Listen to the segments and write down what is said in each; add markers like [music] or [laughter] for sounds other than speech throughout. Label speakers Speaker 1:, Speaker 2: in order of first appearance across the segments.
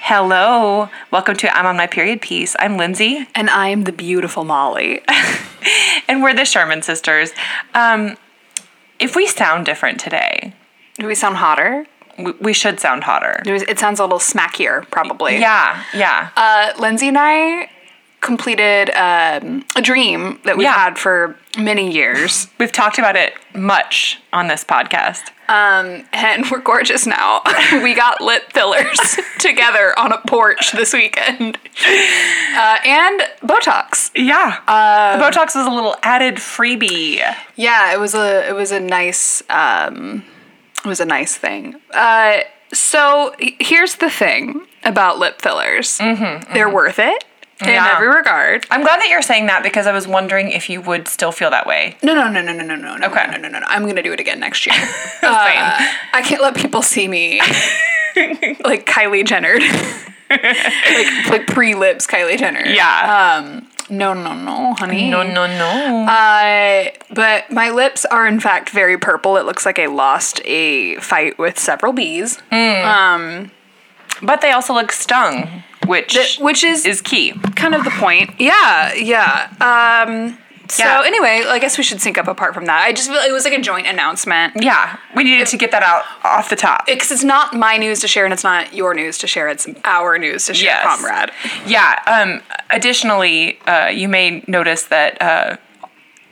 Speaker 1: Hello. Welcome to I'm on my period piece. I'm Lindsay,
Speaker 2: And I am the beautiful Molly. [laughs]
Speaker 1: and we're the Sherman sisters. Um, if we sound different today,
Speaker 2: Do we sound hotter?
Speaker 1: we, we should sound hotter.
Speaker 2: Do we- It sounds a little smackier, probably.
Speaker 1: Yeah, yeah.
Speaker 2: Uh, Lindsay and I completed um, a dream that we've
Speaker 1: Yeah.
Speaker 2: had for
Speaker 1: [laughs]
Speaker 2: many years,
Speaker 1: We've talked about it much on this podcast.
Speaker 2: um, and we're gorgeous now. [laughs] we got lip fillers [laughs] together on a porch
Speaker 1: [laughs]
Speaker 2: this weekend, uh, and Botox.
Speaker 1: Yeah. Um, the Botox was a little added freebie.
Speaker 2: Yeah, it was a it was a nice um, it was a nice thing. Uh, so h- here's the thing about lip fillers: they're worth it in
Speaker 1: Mm-hmm, Yeah.
Speaker 2: every regard.
Speaker 1: I'm glad that you're saying that because I was wondering if you would still feel that way.
Speaker 2: No, no, no, no, no, no, no, no,
Speaker 1: Okay.
Speaker 2: no, no, no, no. I'm gonna do it again
Speaker 1: [laughs]
Speaker 2: next year.
Speaker 1: Same.
Speaker 2: Uh, I can't let people see
Speaker 1: [laughs]
Speaker 2: me like Kylie Jenner, like like pre lips Kylie Jenner.
Speaker 1: Yeah. Um,
Speaker 2: Um, no, no, no, honey.
Speaker 1: no, no, no.
Speaker 2: Uh, but my lips are in fact very purple. It looks like I lost a fight with several bees, Um,
Speaker 1: but they also look stung, which
Speaker 2: which is,
Speaker 1: is key.
Speaker 2: kind of the point. Yeah, yeah. Um, so
Speaker 1: Yeah.
Speaker 2: anyway, I guess we should sync up apart from that. I just feel it was like a joint announcement.
Speaker 1: Yeah. We needed to get that out off the top.
Speaker 2: Because it's not my news to share and it's not your news to share. It's our news to share,
Speaker 1: Yes.
Speaker 2: comrade.
Speaker 1: Yeah. Um, additionally, uh, you may notice that uh,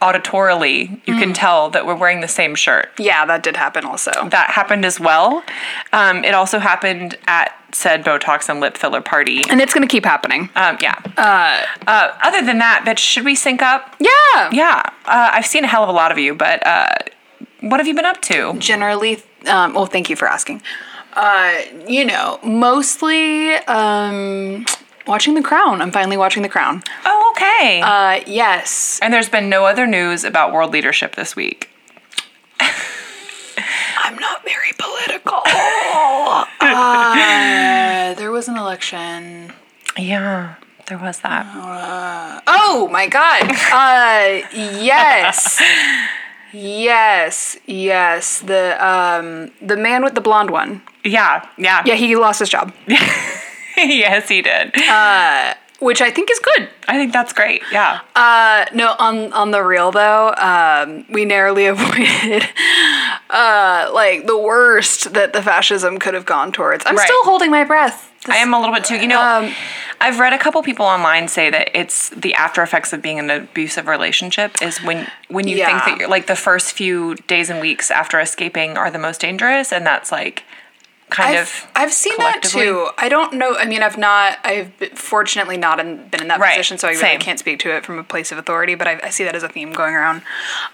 Speaker 1: auditorily, you can tell that we're wearing the same shirt.
Speaker 2: Yeah, that did happen also.
Speaker 1: That happened as well. Um, it also happened at said Botox and lip filler party.
Speaker 2: And it's going to keep happening.
Speaker 1: Um, yeah. Uh, other than that, bitch, should we sync up?
Speaker 2: yeah.
Speaker 1: Yeah. Uh, I've seen a hell of a lot of you, but uh, what have you been up to?
Speaker 2: generally um, well thank you for asking uh, you know mostly um, watching the crown i'm finally watching the crown
Speaker 1: Oh, okay.
Speaker 2: uh, yes
Speaker 1: and there's been no other news about world leadership this week.
Speaker 2: i'm not very political uh, there was an election
Speaker 1: Yeah, there was that.
Speaker 2: oh my god uh, yes yes yes the um, the man with the blonde one
Speaker 1: Yeah, yeah.
Speaker 2: yeah he lost his job
Speaker 1: [laughs] yes, he did.
Speaker 2: which i think is good
Speaker 1: I think that's great. Yeah.
Speaker 2: Uh, no, on on the real though, um, we narrowly [laughs] avoided uh, like the worst that the fascism could have gone towards. I'm
Speaker 1: Right.
Speaker 2: still holding my breath.
Speaker 1: I am a little bit too, you know,
Speaker 2: Um,
Speaker 1: I've read a couple people online say that it's the after effects of being in an abusive relationship is when when you think
Speaker 2: Yeah.
Speaker 1: that you're like the first few days and weeks after escaping are the most dangerous and that's like kind
Speaker 2: I've,
Speaker 1: of
Speaker 2: I've seen that
Speaker 1: collectively.
Speaker 2: too. I don't know. I mean, I've not. I've been- fortunately not in, been in that
Speaker 1: Right.
Speaker 2: position, so I really
Speaker 1: Same.
Speaker 2: can't speak to it from a place of authority. But I, I see that as a theme going around.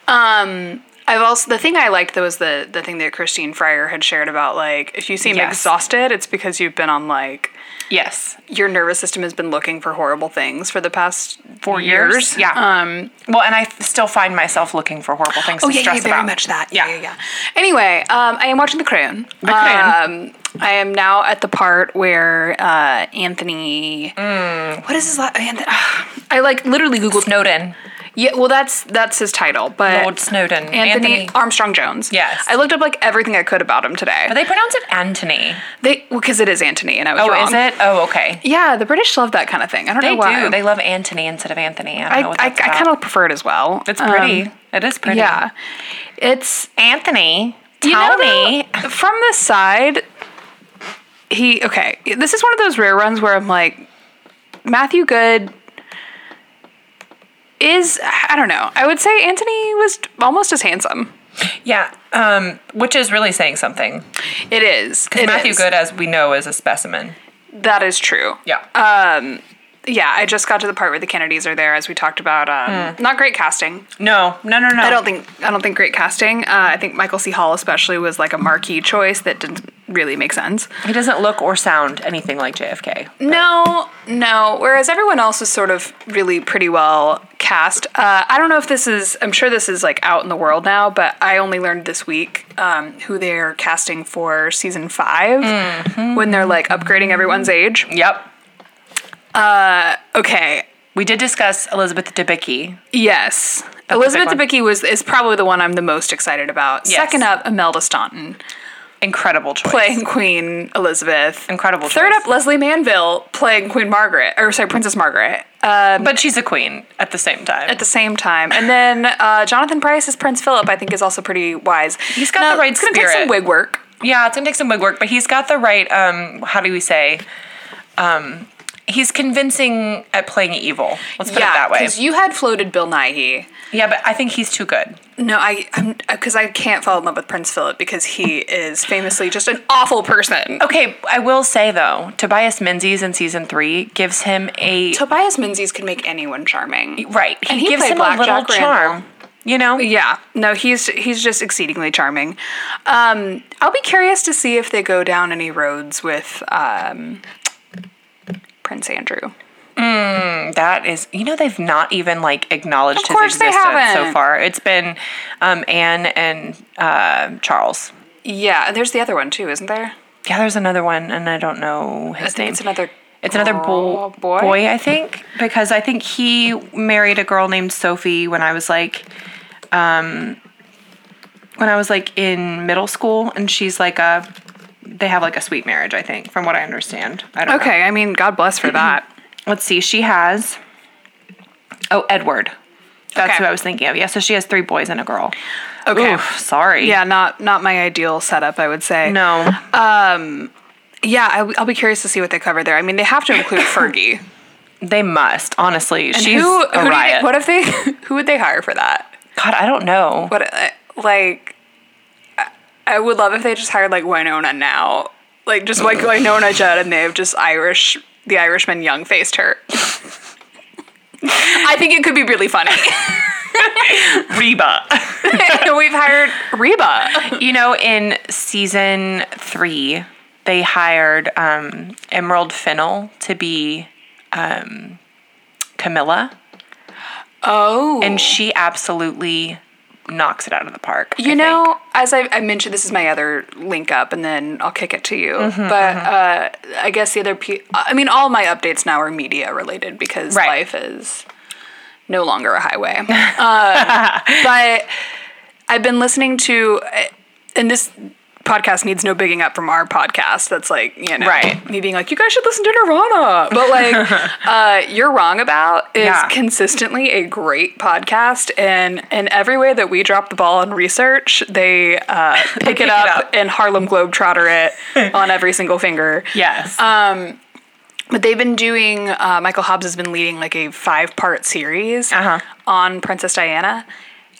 Speaker 2: Um, I've also the thing I liked though was the the thing that Christine Fryer had shared about like if you seem
Speaker 1: Yes.
Speaker 2: exhausted, it's because you've been on like
Speaker 1: yes.
Speaker 2: your nervous system has been looking for horrible things for the past
Speaker 1: Four years. Yeah. Um well and I f- still find myself looking for horrible things
Speaker 2: Oh
Speaker 1: to
Speaker 2: yeah, yeah,
Speaker 1: stress
Speaker 2: very
Speaker 1: about.
Speaker 2: much that.
Speaker 1: Yeah.
Speaker 2: Yeah, yeah, yeah. Anyway, um, I am watching The Crown. The
Speaker 1: Crown.
Speaker 2: Um, I am now at the part where uh, Anthony. Mm, What is his last? [sighs] I like literally Googled.
Speaker 1: Snowden.
Speaker 2: Yeah, well, that's that's his title, but
Speaker 1: Lord Snowden.
Speaker 2: Anthony, Armstrong Jones.
Speaker 1: Yes.
Speaker 2: I looked up like everything I could about him today.
Speaker 1: But they pronounce it Anthony.
Speaker 2: they because it is Anthony, and I was
Speaker 1: Oh,
Speaker 2: wrong.
Speaker 1: is it? Oh, okay.
Speaker 2: Yeah, the British love that kind of thing. I don't
Speaker 1: They
Speaker 2: know why.
Speaker 1: do. They love Anthony instead of Anthony. I don't
Speaker 2: I,
Speaker 1: know what
Speaker 2: I, I
Speaker 1: that's about.
Speaker 2: kind of prefer it as well.
Speaker 1: It's pretty.
Speaker 2: Um,
Speaker 1: it is pretty.
Speaker 2: yeah, it's
Speaker 1: Anthony,
Speaker 2: You
Speaker 1: tell
Speaker 2: know,
Speaker 1: me.
Speaker 2: though, from the side, he okay. This is one of those rare runs where I'm like, Matthew Good is I don't know. I would say Anthony was almost as handsome.
Speaker 1: Yeah, um, which is really saying something.
Speaker 2: It is
Speaker 1: Because
Speaker 2: It
Speaker 1: Matthew
Speaker 2: is.
Speaker 1: Good, as we know, is a specimen.
Speaker 2: That is true.
Speaker 1: Yeah.
Speaker 2: Uh, Yeah, I just got to the part where the Kennedys are there, as we talked about. Um,
Speaker 1: Hmm.
Speaker 2: Not great casting.
Speaker 1: no, no, no, no.
Speaker 2: I don't think I don't think great casting. Uh, I think Michael C. Hall especially was like a marquee choice that didn't really make sense.
Speaker 1: he doesn't look or sound anything like JFK.
Speaker 2: Mm. No, no. Whereas everyone else was sort of really pretty well cast. Uh, I don't know if this is, I'm sure this is like out in the world now, but I only learned this week um, who they're casting for season 5
Speaker 1: Mm-hmm.
Speaker 2: when they're like upgrading everyone's age.
Speaker 1: Yep.
Speaker 2: Okay.
Speaker 1: We did discuss Elizabeth Debicki.
Speaker 2: Yes.
Speaker 1: big
Speaker 2: Elizabeth
Speaker 1: one.
Speaker 2: Debicki was is probably the one I'm the most excited about. Second up, Imelda Staunton.
Speaker 1: incredible choice.
Speaker 2: playing Queen Elizabeth.
Speaker 1: Incredible
Speaker 2: Third
Speaker 1: choice.
Speaker 2: up, Leslie Manville playing Queen Margaret, or sorry, Princess Margaret.
Speaker 1: but she's a queen at the same time.
Speaker 2: at the same time. And then uh, Jonathan Price as Prince Philip, I think, is also pretty wise. He's
Speaker 1: got the right
Speaker 2: It's gonna take some
Speaker 1: spirit.
Speaker 2: wig work.
Speaker 1: yeah, it's gonna take some wig work, but he's got the right. Um, how do we say? Um, he's convincing at playing evil. Let's put it that way.
Speaker 2: because you had floated Bill Nighy.
Speaker 1: yeah, but I think he's too good.
Speaker 2: No, I, I'm because I can't fall in love with Prince Philip because he is famously just an awful person.
Speaker 1: Okay, I will say though, Tobias Menzies in season three gives him a
Speaker 2: Tobias Menzies could make anyone charming.
Speaker 1: right. He,
Speaker 2: and he
Speaker 1: gives
Speaker 2: played
Speaker 1: him a
Speaker 2: Blackjack
Speaker 1: little
Speaker 2: Randall.
Speaker 1: charm. You know,
Speaker 2: Yeah, no, he's he's just exceedingly charming. Um, I'll be curious to see if they go down any roads with um, Prince Andrew.
Speaker 1: that is. You know, they've not even like acknowledged his
Speaker 2: course they
Speaker 1: existence so
Speaker 2: haven't.
Speaker 1: far. It's been um, Anne and uh, Charles.
Speaker 2: Yeah, and there's the other one too, isn't there?
Speaker 1: Yeah, there's another one, and I don't know his name.
Speaker 2: It's another. Oh,
Speaker 1: It's another
Speaker 2: girl-
Speaker 1: bo- boy. I think, because I think he married a girl named Sophie when I was like, um, when I was like in middle school, and she's like a, they have like a sweet marriage, I think, from what I understand. I don't
Speaker 2: Okay, I mean, God bless for that.
Speaker 1: Know. Let's see. She has, oh Edward, that's
Speaker 2: Okay.
Speaker 1: who I was thinking of. Yeah, so she has three boys and a girl.
Speaker 2: [clears throat] Okay.
Speaker 1: Oof, sorry.
Speaker 2: Yeah, not not my ideal setup, I would say.
Speaker 1: No.
Speaker 2: Yeah, I, will be curious to see what they cover there. I mean, they have to [coughs] include Fergie.
Speaker 1: They must honestly.
Speaker 2: And
Speaker 1: she's
Speaker 2: who,
Speaker 1: a
Speaker 2: who do you-
Speaker 1: riot.
Speaker 2: what if they? [laughs] Who would they hire for that?
Speaker 1: God, I don't know.
Speaker 2: What uh, like? I- I would love if they just hired like Winona now, like just [coughs] like Winona Judd, and they've just Irish the Irishman young faced her. [laughs] I think it could be really funny.
Speaker 1: Reba.
Speaker 2: [laughs] We've hired Reba.
Speaker 1: You know, in season three, they hired um, Emerald Fennel to be um, Camilla,
Speaker 2: Oh,
Speaker 1: and she absolutely knocks it out of the park. I
Speaker 2: You
Speaker 1: think.
Speaker 2: know, as I, I mentioned, this is my other link up, and then I'll kick it to you.
Speaker 1: Mm-hmm,
Speaker 2: but Uh, I guess the other, pe- I mean, all my updates now are media related because
Speaker 1: Right.
Speaker 2: life is no longer
Speaker 1: [laughs]
Speaker 2: a highway. uh, but I've been listening to, and this podcast needs no bigging up from our podcast. That's like, you know,
Speaker 1: Right.
Speaker 2: me being like, you guys should listen to Nirvana. But
Speaker 1: [laughs]
Speaker 2: like, uh, You're Wrong About is
Speaker 1: Yeah.
Speaker 2: consistently a great podcast. And in every way that we drop the ball on research, they
Speaker 1: [laughs]
Speaker 2: uh, pick, it,
Speaker 1: it
Speaker 2: up
Speaker 1: up.
Speaker 2: and Harlem Globetrotter it on every single finger.
Speaker 1: yes,
Speaker 2: um, But they've been doing, uh, Michael Hobbs has been leading like a five part series
Speaker 1: Uh-huh.
Speaker 2: on Princess Diana.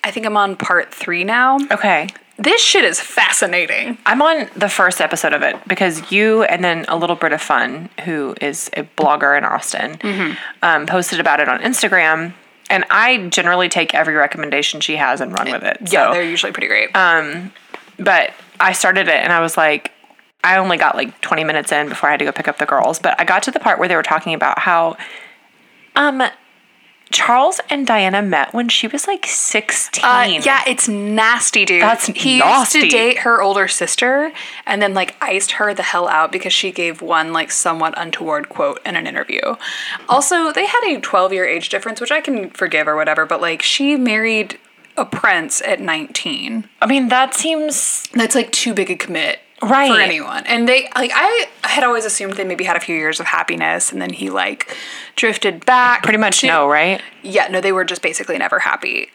Speaker 2: I think I'm on part three now.
Speaker 1: okay.
Speaker 2: This shit is fascinating.
Speaker 1: I'm on the first episode of it because you and then a little bit of fun, who is a blogger in Austin,
Speaker 2: Mm-hmm.
Speaker 1: um, posted about it on Instagram. And I generally take every recommendation she has and run with it.
Speaker 2: Yeah,
Speaker 1: so.
Speaker 2: they're usually pretty great.
Speaker 1: but I started it and I was like, I only got like 20 minutes in before I had to go pick up the girls. But I got to the part where they were talking about how, um, Charles and Diana met when she was like 16.
Speaker 2: Uh, yeah, it's nasty, dude.
Speaker 1: That's
Speaker 2: he
Speaker 1: nasty.
Speaker 2: used to date her older sister and then like iced her the hell out because she gave one like somewhat untoward quote in an interview. Also, they had a 12 year age difference, which I can forgive or whatever, but like she married a prince at 19.
Speaker 1: I mean, that seems
Speaker 2: That's like too big a commit.
Speaker 1: Right.
Speaker 2: For anyone. And they, like, I had always assumed they maybe had a few years of happiness and then he, like, drifted back.
Speaker 1: pretty much
Speaker 2: to-
Speaker 1: no, right?
Speaker 2: yeah no they were just basically never happy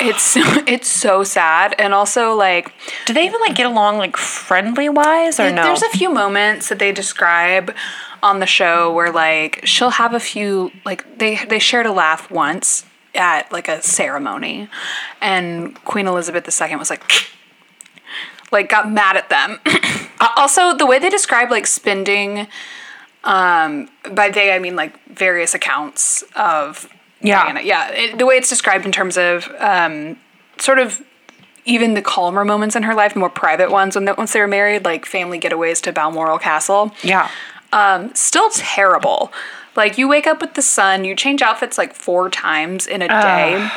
Speaker 2: it's it's so [laughs] sad and also like
Speaker 1: Do they even like get along like friendly wise or no?
Speaker 2: there's a few moments that they describe on the show where like she'll have a few like they they shared a laugh once at like a ceremony and queen elizabeth ii was like [sniffs] like got mad at them [clears throat] Uh, also the way they describe like spending um by they i mean like various accounts of
Speaker 1: Yeah.
Speaker 2: Diana. yeah it, the way it's described in terms of um sort of even the calmer moments in her life the more private ones when the, once they were married like family getaways to balmoral castle
Speaker 1: yeah.
Speaker 2: um still terrible like you wake up with the sun you change outfits like four times in a day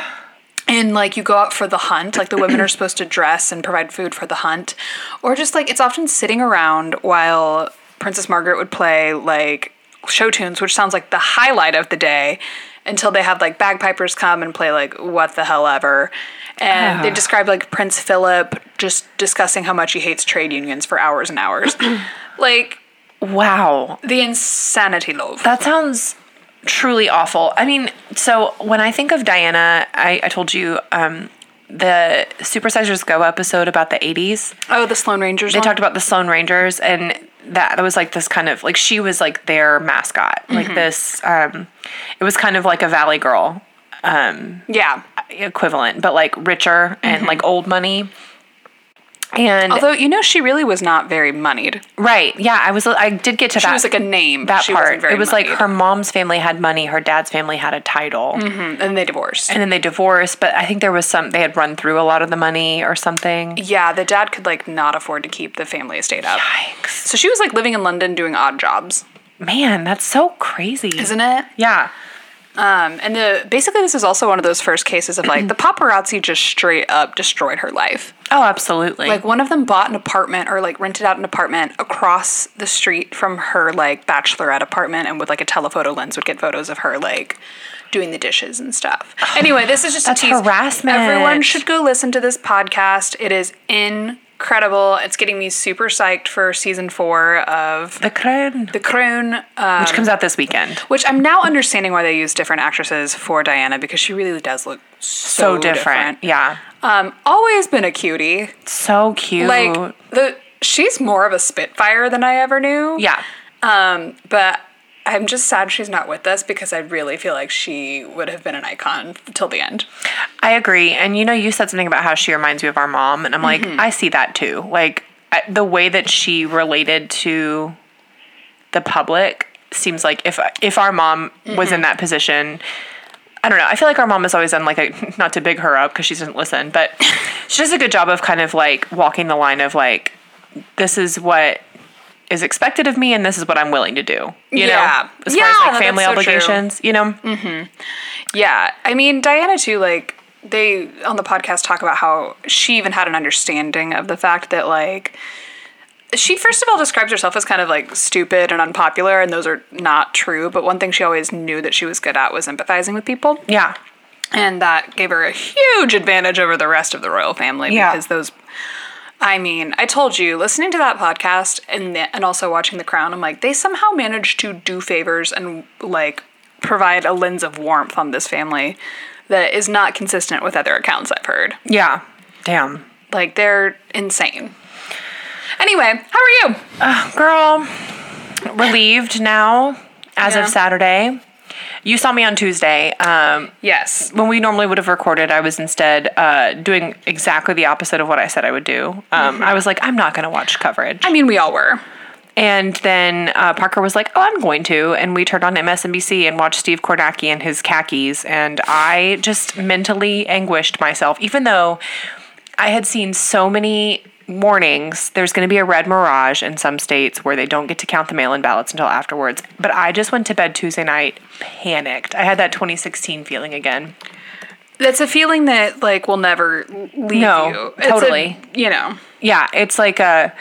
Speaker 2: and like you go out for the hunt like the
Speaker 1: [clears throat]
Speaker 2: women are supposed to dress and provide food for the hunt or just like it's often sitting around while princess margaret would play like show tunes which sounds like the highlight of the day until they have like bagpipers come and play like what the hell ever. And they describe like Prince Philip just discussing how much he hates trade unions for hours
Speaker 1: [clears throat]
Speaker 2: and hours. like
Speaker 1: Wow.
Speaker 2: the insanity love.
Speaker 1: That sounds truly awful. I mean, so when I think of Diana, I, I told you um, the Supersizers Go episode about the 80s.
Speaker 2: oh, the Sloan Rangers.
Speaker 1: They talked about the Sloan Rangers, and that, that was like this kind of like she was like their mascot.
Speaker 2: Mm-hmm.
Speaker 1: Like this, um, it was kind of like a Valley Girl um,
Speaker 2: yeah.
Speaker 1: equivalent, but like richer and like old money. And
Speaker 2: Mm-hmm. Although you know she really was not very moneyed.
Speaker 1: right, yeah, I was I did get to
Speaker 2: She
Speaker 1: that.
Speaker 2: was like a name.
Speaker 1: that
Speaker 2: she wasn't
Speaker 1: part.
Speaker 2: very
Speaker 1: It was like
Speaker 2: moneyed. Mm-hmm.
Speaker 1: her mom's family had money, her dad's family had a title.
Speaker 2: and they divorced.
Speaker 1: and then they divorced but i think there was some they had run through a lot of the money or something
Speaker 2: yeah, the dad could like not afford to keep the family estate up.
Speaker 1: yikes
Speaker 2: So she was like living in London doing odd jobs,
Speaker 1: man that's so crazy
Speaker 2: isn't it?
Speaker 1: yeah
Speaker 2: Um, and the basically this is also one of those first cases of [clears throat] like the paparazzi just straight up destroyed her life.
Speaker 1: oh absolutely
Speaker 2: Like one of them bought an apartment or like rented out an apartment across the street from her like bachelorette apartment and with like a telephoto lens would get photos of her like doing the dishes and
Speaker 1: [sighs]
Speaker 2: stuff. Anyway, this is just
Speaker 1: That's
Speaker 2: a tease.
Speaker 1: harassment.
Speaker 2: Everyone should go listen to this podcast. It is incredible. It's getting me super psyched for season four of
Speaker 1: the crown
Speaker 2: The Crown. Uh,
Speaker 1: which comes out this weekend
Speaker 2: which I'm now understanding why they use different actresses for Diana because she really does look so,
Speaker 1: so different. yeah
Speaker 2: Um, always been a cutie.
Speaker 1: so cute
Speaker 2: Like the she's more of a spitfire than I ever knew.
Speaker 1: yeah
Speaker 2: Um, but I'm just sad she's not with us because I really feel like she would have been an icon till the end.
Speaker 1: i agree and you know you said something about how she reminds you of our mom and i'm like
Speaker 2: Mm-hmm.
Speaker 1: i see that too like I, the way that she related to the public seems like if if our mom was
Speaker 2: Mm-hmm.
Speaker 1: in that position I don't know. I feel like our mom has always done like a [laughs] not to big her up because she doesn't listen,
Speaker 2: [laughs]
Speaker 1: but she does a good job of kind of like walking the line of like this is what is expected of me and this is what I'm willing to do. You
Speaker 2: Yeah.
Speaker 1: know, as
Speaker 2: Yeah,
Speaker 1: far as
Speaker 2: no,
Speaker 1: like family
Speaker 2: that's so true. Mm-hmm.
Speaker 1: obligations. You know,
Speaker 2: Yeah, I mean Diana too. Like they on the podcast talk about how she even had an understanding of the fact that like she first of all describes herself as kind of like stupid and unpopular, and those are not true. But one thing she always knew that she was good at was empathizing with people,
Speaker 1: yeah,
Speaker 2: and that gave her a huge advantage over the rest of the royal family
Speaker 1: Yeah.
Speaker 2: because those. I mean, I told you, listening to that podcast and the, and also watching The Crown, I'm like, they somehow managed to do favors and like provide a lens of warmth on this family that is not consistent with other accounts I've heard.
Speaker 1: yeah. Damn,
Speaker 2: Like they're insane. Anyway, how are you?
Speaker 1: girl, relieved now as
Speaker 2: Yeah.
Speaker 1: of Saturday. You saw me on Tuesday. Um,
Speaker 2: Yes.
Speaker 1: when we normally would have recorded, I was instead uh, doing exactly the opposite of what I said I would do. Um, I was like, I'm not going to watch coverage.
Speaker 2: I mean, we all were.
Speaker 1: And then uh, Parker was like, "Oh, I'm going to," and we turned on MSNBC and watched Steve Kornacki and his khakis, and I just mentally anguished myself, even though I had seen so many warnings. There's going to be a red mirage in some states where they don't get to count the mail-in ballots until afterwards. But I just went to bed Tuesday night panicked. I had that 2016 feeling again.
Speaker 2: That's a feeling that like will never leave
Speaker 1: No,
Speaker 2: you. It's a-
Speaker 1: totally.
Speaker 2: you know.
Speaker 1: yeah, it's like a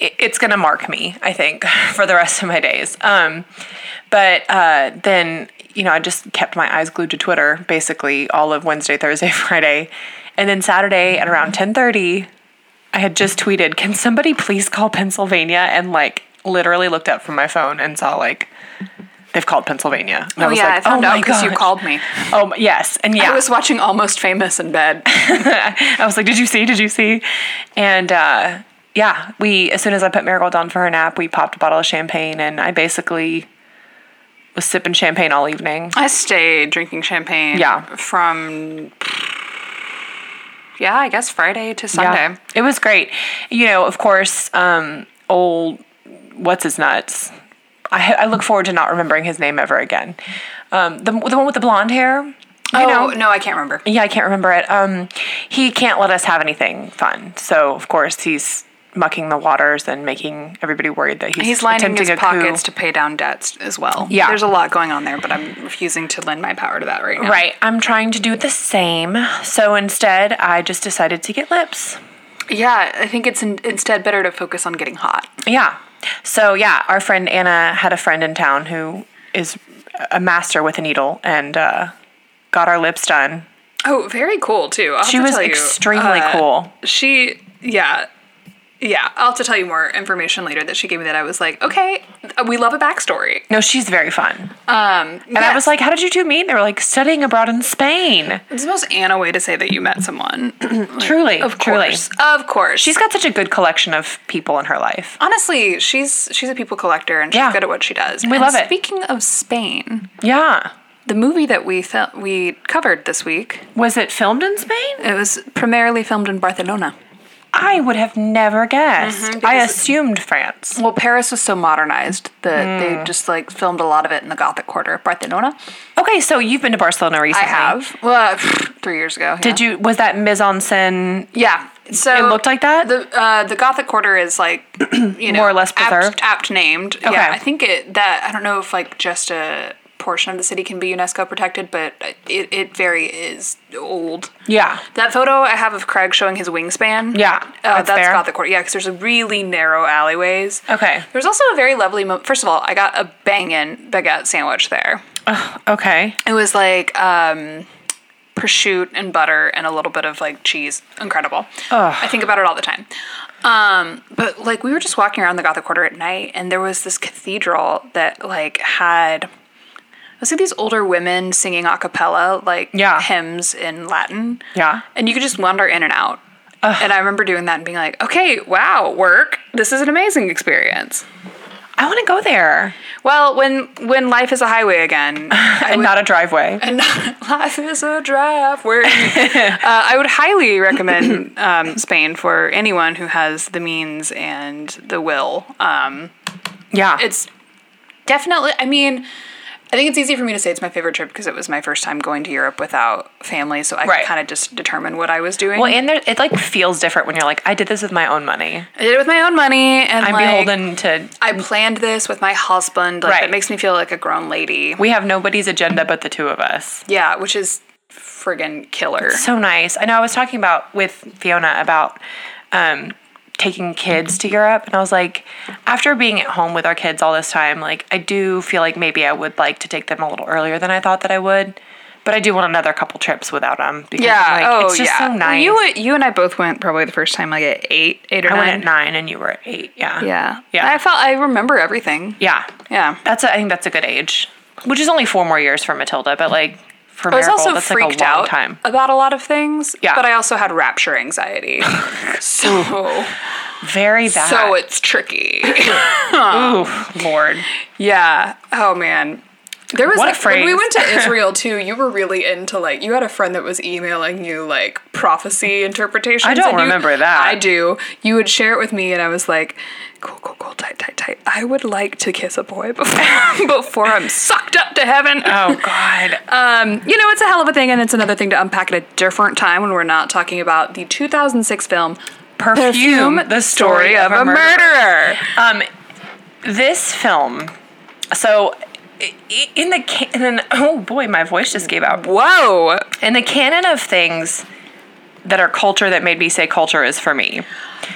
Speaker 1: it- it's gonna mark me, I think, [laughs] for the rest of my days. Um, but uh, then you know, I just kept my eyes glued to Twitter basically all of Wednesday, Thursday, [laughs] Friday, and then Saturday at around ten thirty, I had just tweeted, "Can somebody please call Pennsylvania?" and like literally looked up from my phone and saw like they've called Pennsylvania. And I was like, "Oh my
Speaker 2: you
Speaker 1: gosh."
Speaker 2: called me.
Speaker 1: Oh my- yes, and yeah,
Speaker 2: I was watching Almost Famous in bed.
Speaker 1: I was like, "Did you see? Did you see?" And uh, yeah, we as soon as I put Marigold down for her nap, we popped a bottle of champagne, and I basically was sipping champagne all evening.
Speaker 2: [laughs] I stayed drinking champagne.
Speaker 1: Yeah.
Speaker 2: From yeah, I guess Friday to Sunday.
Speaker 1: it was great. You know, of course, um, old what's his nuts. I, I look forward to not remembering his name ever again. Um, the the one with the blonde hair. You
Speaker 2: oh
Speaker 1: know,
Speaker 2: no, I can't remember.
Speaker 1: yeah, I can't remember it. Um, he can't let us have anything fun. So of course he's mucking the waters and making everybody worried that he's,
Speaker 2: He's lining
Speaker 1: attempting
Speaker 2: his
Speaker 1: a coup.
Speaker 2: pockets to pay down debts as well.
Speaker 1: Yeah.
Speaker 2: there's a lot going on there, but I'm refusing to lend my power to that right now.
Speaker 1: Right, I'm trying to do the same. So instead, I just decided to get lips.
Speaker 2: Yeah, I think it's in, instead better to focus on getting hot.
Speaker 1: Yeah. So yeah, our friend Anna had a friend in town who is a master with a needle and uh, got our lips done.
Speaker 2: Oh, very cool too. I'll
Speaker 1: She
Speaker 2: have to
Speaker 1: was
Speaker 2: tell you,
Speaker 1: extremely
Speaker 2: uh,
Speaker 1: cool.
Speaker 2: She, yeah, yeah. I'll have to tell you more information later that she gave me that I was like, okay, we love a backstory.
Speaker 1: No, she's very fun.
Speaker 2: Um,
Speaker 1: And I was like, "How did you two meet?" They were like, "Studying abroad in Spain."
Speaker 2: it's the most Anna way to say that you met [clears throat] someone.
Speaker 1: truly,
Speaker 2: of
Speaker 1: truly.
Speaker 2: course, of course.
Speaker 1: She's got such a good collection of people in her life.
Speaker 2: honestly, she's she's a people collector and she's
Speaker 1: Yeah.
Speaker 2: good at what she does. We
Speaker 1: love it.
Speaker 2: Speaking of Spain,
Speaker 1: Yeah.
Speaker 2: the movie that we fil- we covered this week,
Speaker 1: Was it filmed in Spain?
Speaker 2: it was primarily filmed in Barcelona.
Speaker 1: I would have never guessed.
Speaker 2: Mm-hmm,
Speaker 1: I assumed France.
Speaker 2: Well, Paris was so modernized that they just like filmed a lot of it in the Gothic quarter of Barcelona.
Speaker 1: Okay, so you've been to Barcelona
Speaker 2: I
Speaker 1: recently.
Speaker 2: have. Well, [laughs] three years ago.
Speaker 1: Did you? Was that mise en scène?
Speaker 2: Yeah. So
Speaker 1: It looked like that?
Speaker 2: The uh, the Gothic quarter is like [clears throat] you know
Speaker 1: More or less preserved?
Speaker 2: apt, apt named. Okay.
Speaker 1: Okay.
Speaker 2: Yeah, I think it that I don't know if like just a portion of the city can be UNESCO protected, but it it very is old.
Speaker 1: Yeah.
Speaker 2: That photo I have of Craig showing his wingspan.
Speaker 1: Yeah,
Speaker 2: uh,
Speaker 1: that's
Speaker 2: that's
Speaker 1: there.
Speaker 2: Gothic quarter. Yeah, because there's a really narrow alleyways.
Speaker 1: Okay.
Speaker 2: There's also a very lovely. Mo- First of all, I got a bangin' baguette sandwich there.
Speaker 1: Okay.
Speaker 2: It was like um, prosciutto and butter and a little bit of like cheese. Incredible. I think about it all the time. Um, but like we were just walking around the Gothic Quarter at night, and there was this cathedral that like had. I was like these older women singing a cappella, like
Speaker 1: Yeah.
Speaker 2: hymns in Latin.
Speaker 1: Yeah.
Speaker 2: And you could just wander in and out. And I remember doing that and being like, okay, wow, work. This is an amazing experience.
Speaker 1: I want to go there,
Speaker 2: Well, when when life is a highway
Speaker 1: [laughs]
Speaker 2: again,
Speaker 1: and not a driveway.
Speaker 2: and [laughs] life is a draft [laughs] word. uh, I would highly recommend um, Spain for anyone who has the means and the will. Um,
Speaker 1: yeah.
Speaker 2: it's definitely, I mean, I think it's easy for me to say it's my favorite trip because it was my first time going to Europe without family, so I
Speaker 1: Right.
Speaker 2: could kind of just determine what I was doing.
Speaker 1: well, and there, it like feels different when you're like, I did this with my own money.
Speaker 2: I did it with my own money, and
Speaker 1: I'm
Speaker 2: like,
Speaker 1: beholden to.
Speaker 2: I planned this with my husband. Like,
Speaker 1: Right.
Speaker 2: It makes me feel like a grown lady.
Speaker 1: We have nobody's agenda but the two of us.
Speaker 2: yeah, which is friggin' killer.
Speaker 1: so nice. I know I was talking about with Fiona about um, taking kids to Europe, and I was like, after being at home with our kids all this time, like I do feel like maybe I would like to take them a little earlier than I thought that I would, but I do want another couple trips without them because I'm
Speaker 2: Yeah.
Speaker 1: like,
Speaker 2: oh,
Speaker 1: it's just
Speaker 2: yeah.
Speaker 1: so nice.
Speaker 2: You you and I both went probably the first time like at eight, eight or
Speaker 1: I
Speaker 2: nine.
Speaker 1: went at nine and you were at eight. Yeah.
Speaker 2: Yeah.
Speaker 1: Yeah.
Speaker 2: I felt I remember everything.
Speaker 1: Yeah.
Speaker 2: Yeah.
Speaker 1: That's a, I think that's a good age, which is only four more years for Matilda, but like for
Speaker 2: I was
Speaker 1: Miracle,
Speaker 2: also
Speaker 1: that's
Speaker 2: freaked
Speaker 1: like a long
Speaker 2: out
Speaker 1: time.
Speaker 2: about a lot of things.
Speaker 1: Yeah.
Speaker 2: But I also had
Speaker 1: [laughs]
Speaker 2: rapture anxiety. so
Speaker 1: Very bad.
Speaker 2: so it's tricky.
Speaker 1: Ooh, Lord.
Speaker 2: yeah. Oh man. There was
Speaker 1: What a
Speaker 2: like, when we
Speaker 1: phrase.
Speaker 2: went to
Speaker 1: [laughs]
Speaker 2: Israel too, you were really into like you had a friend that was emailing you like prophecy interpretations.
Speaker 1: I don't
Speaker 2: and you-
Speaker 1: remember that.
Speaker 2: I do. You would share it with me and I was like, cool, cool, cool, tight, tight, tight. I would like to kiss a boy [laughs] before before I'm sucked up to heaven.
Speaker 1: Oh God.
Speaker 2: Um, you know, it's a hell of a thing, and it's another thing to unpack at a different time when we're not talking about the 2006 film
Speaker 1: Perfume, the story of a
Speaker 2: murderer.
Speaker 1: Um, this film. So, i- i- in the ca- in an, [laughs] oh boy, my voice just gave out.
Speaker 2: Whoa.
Speaker 1: In the canon of things that are culture that made me say culture is for me.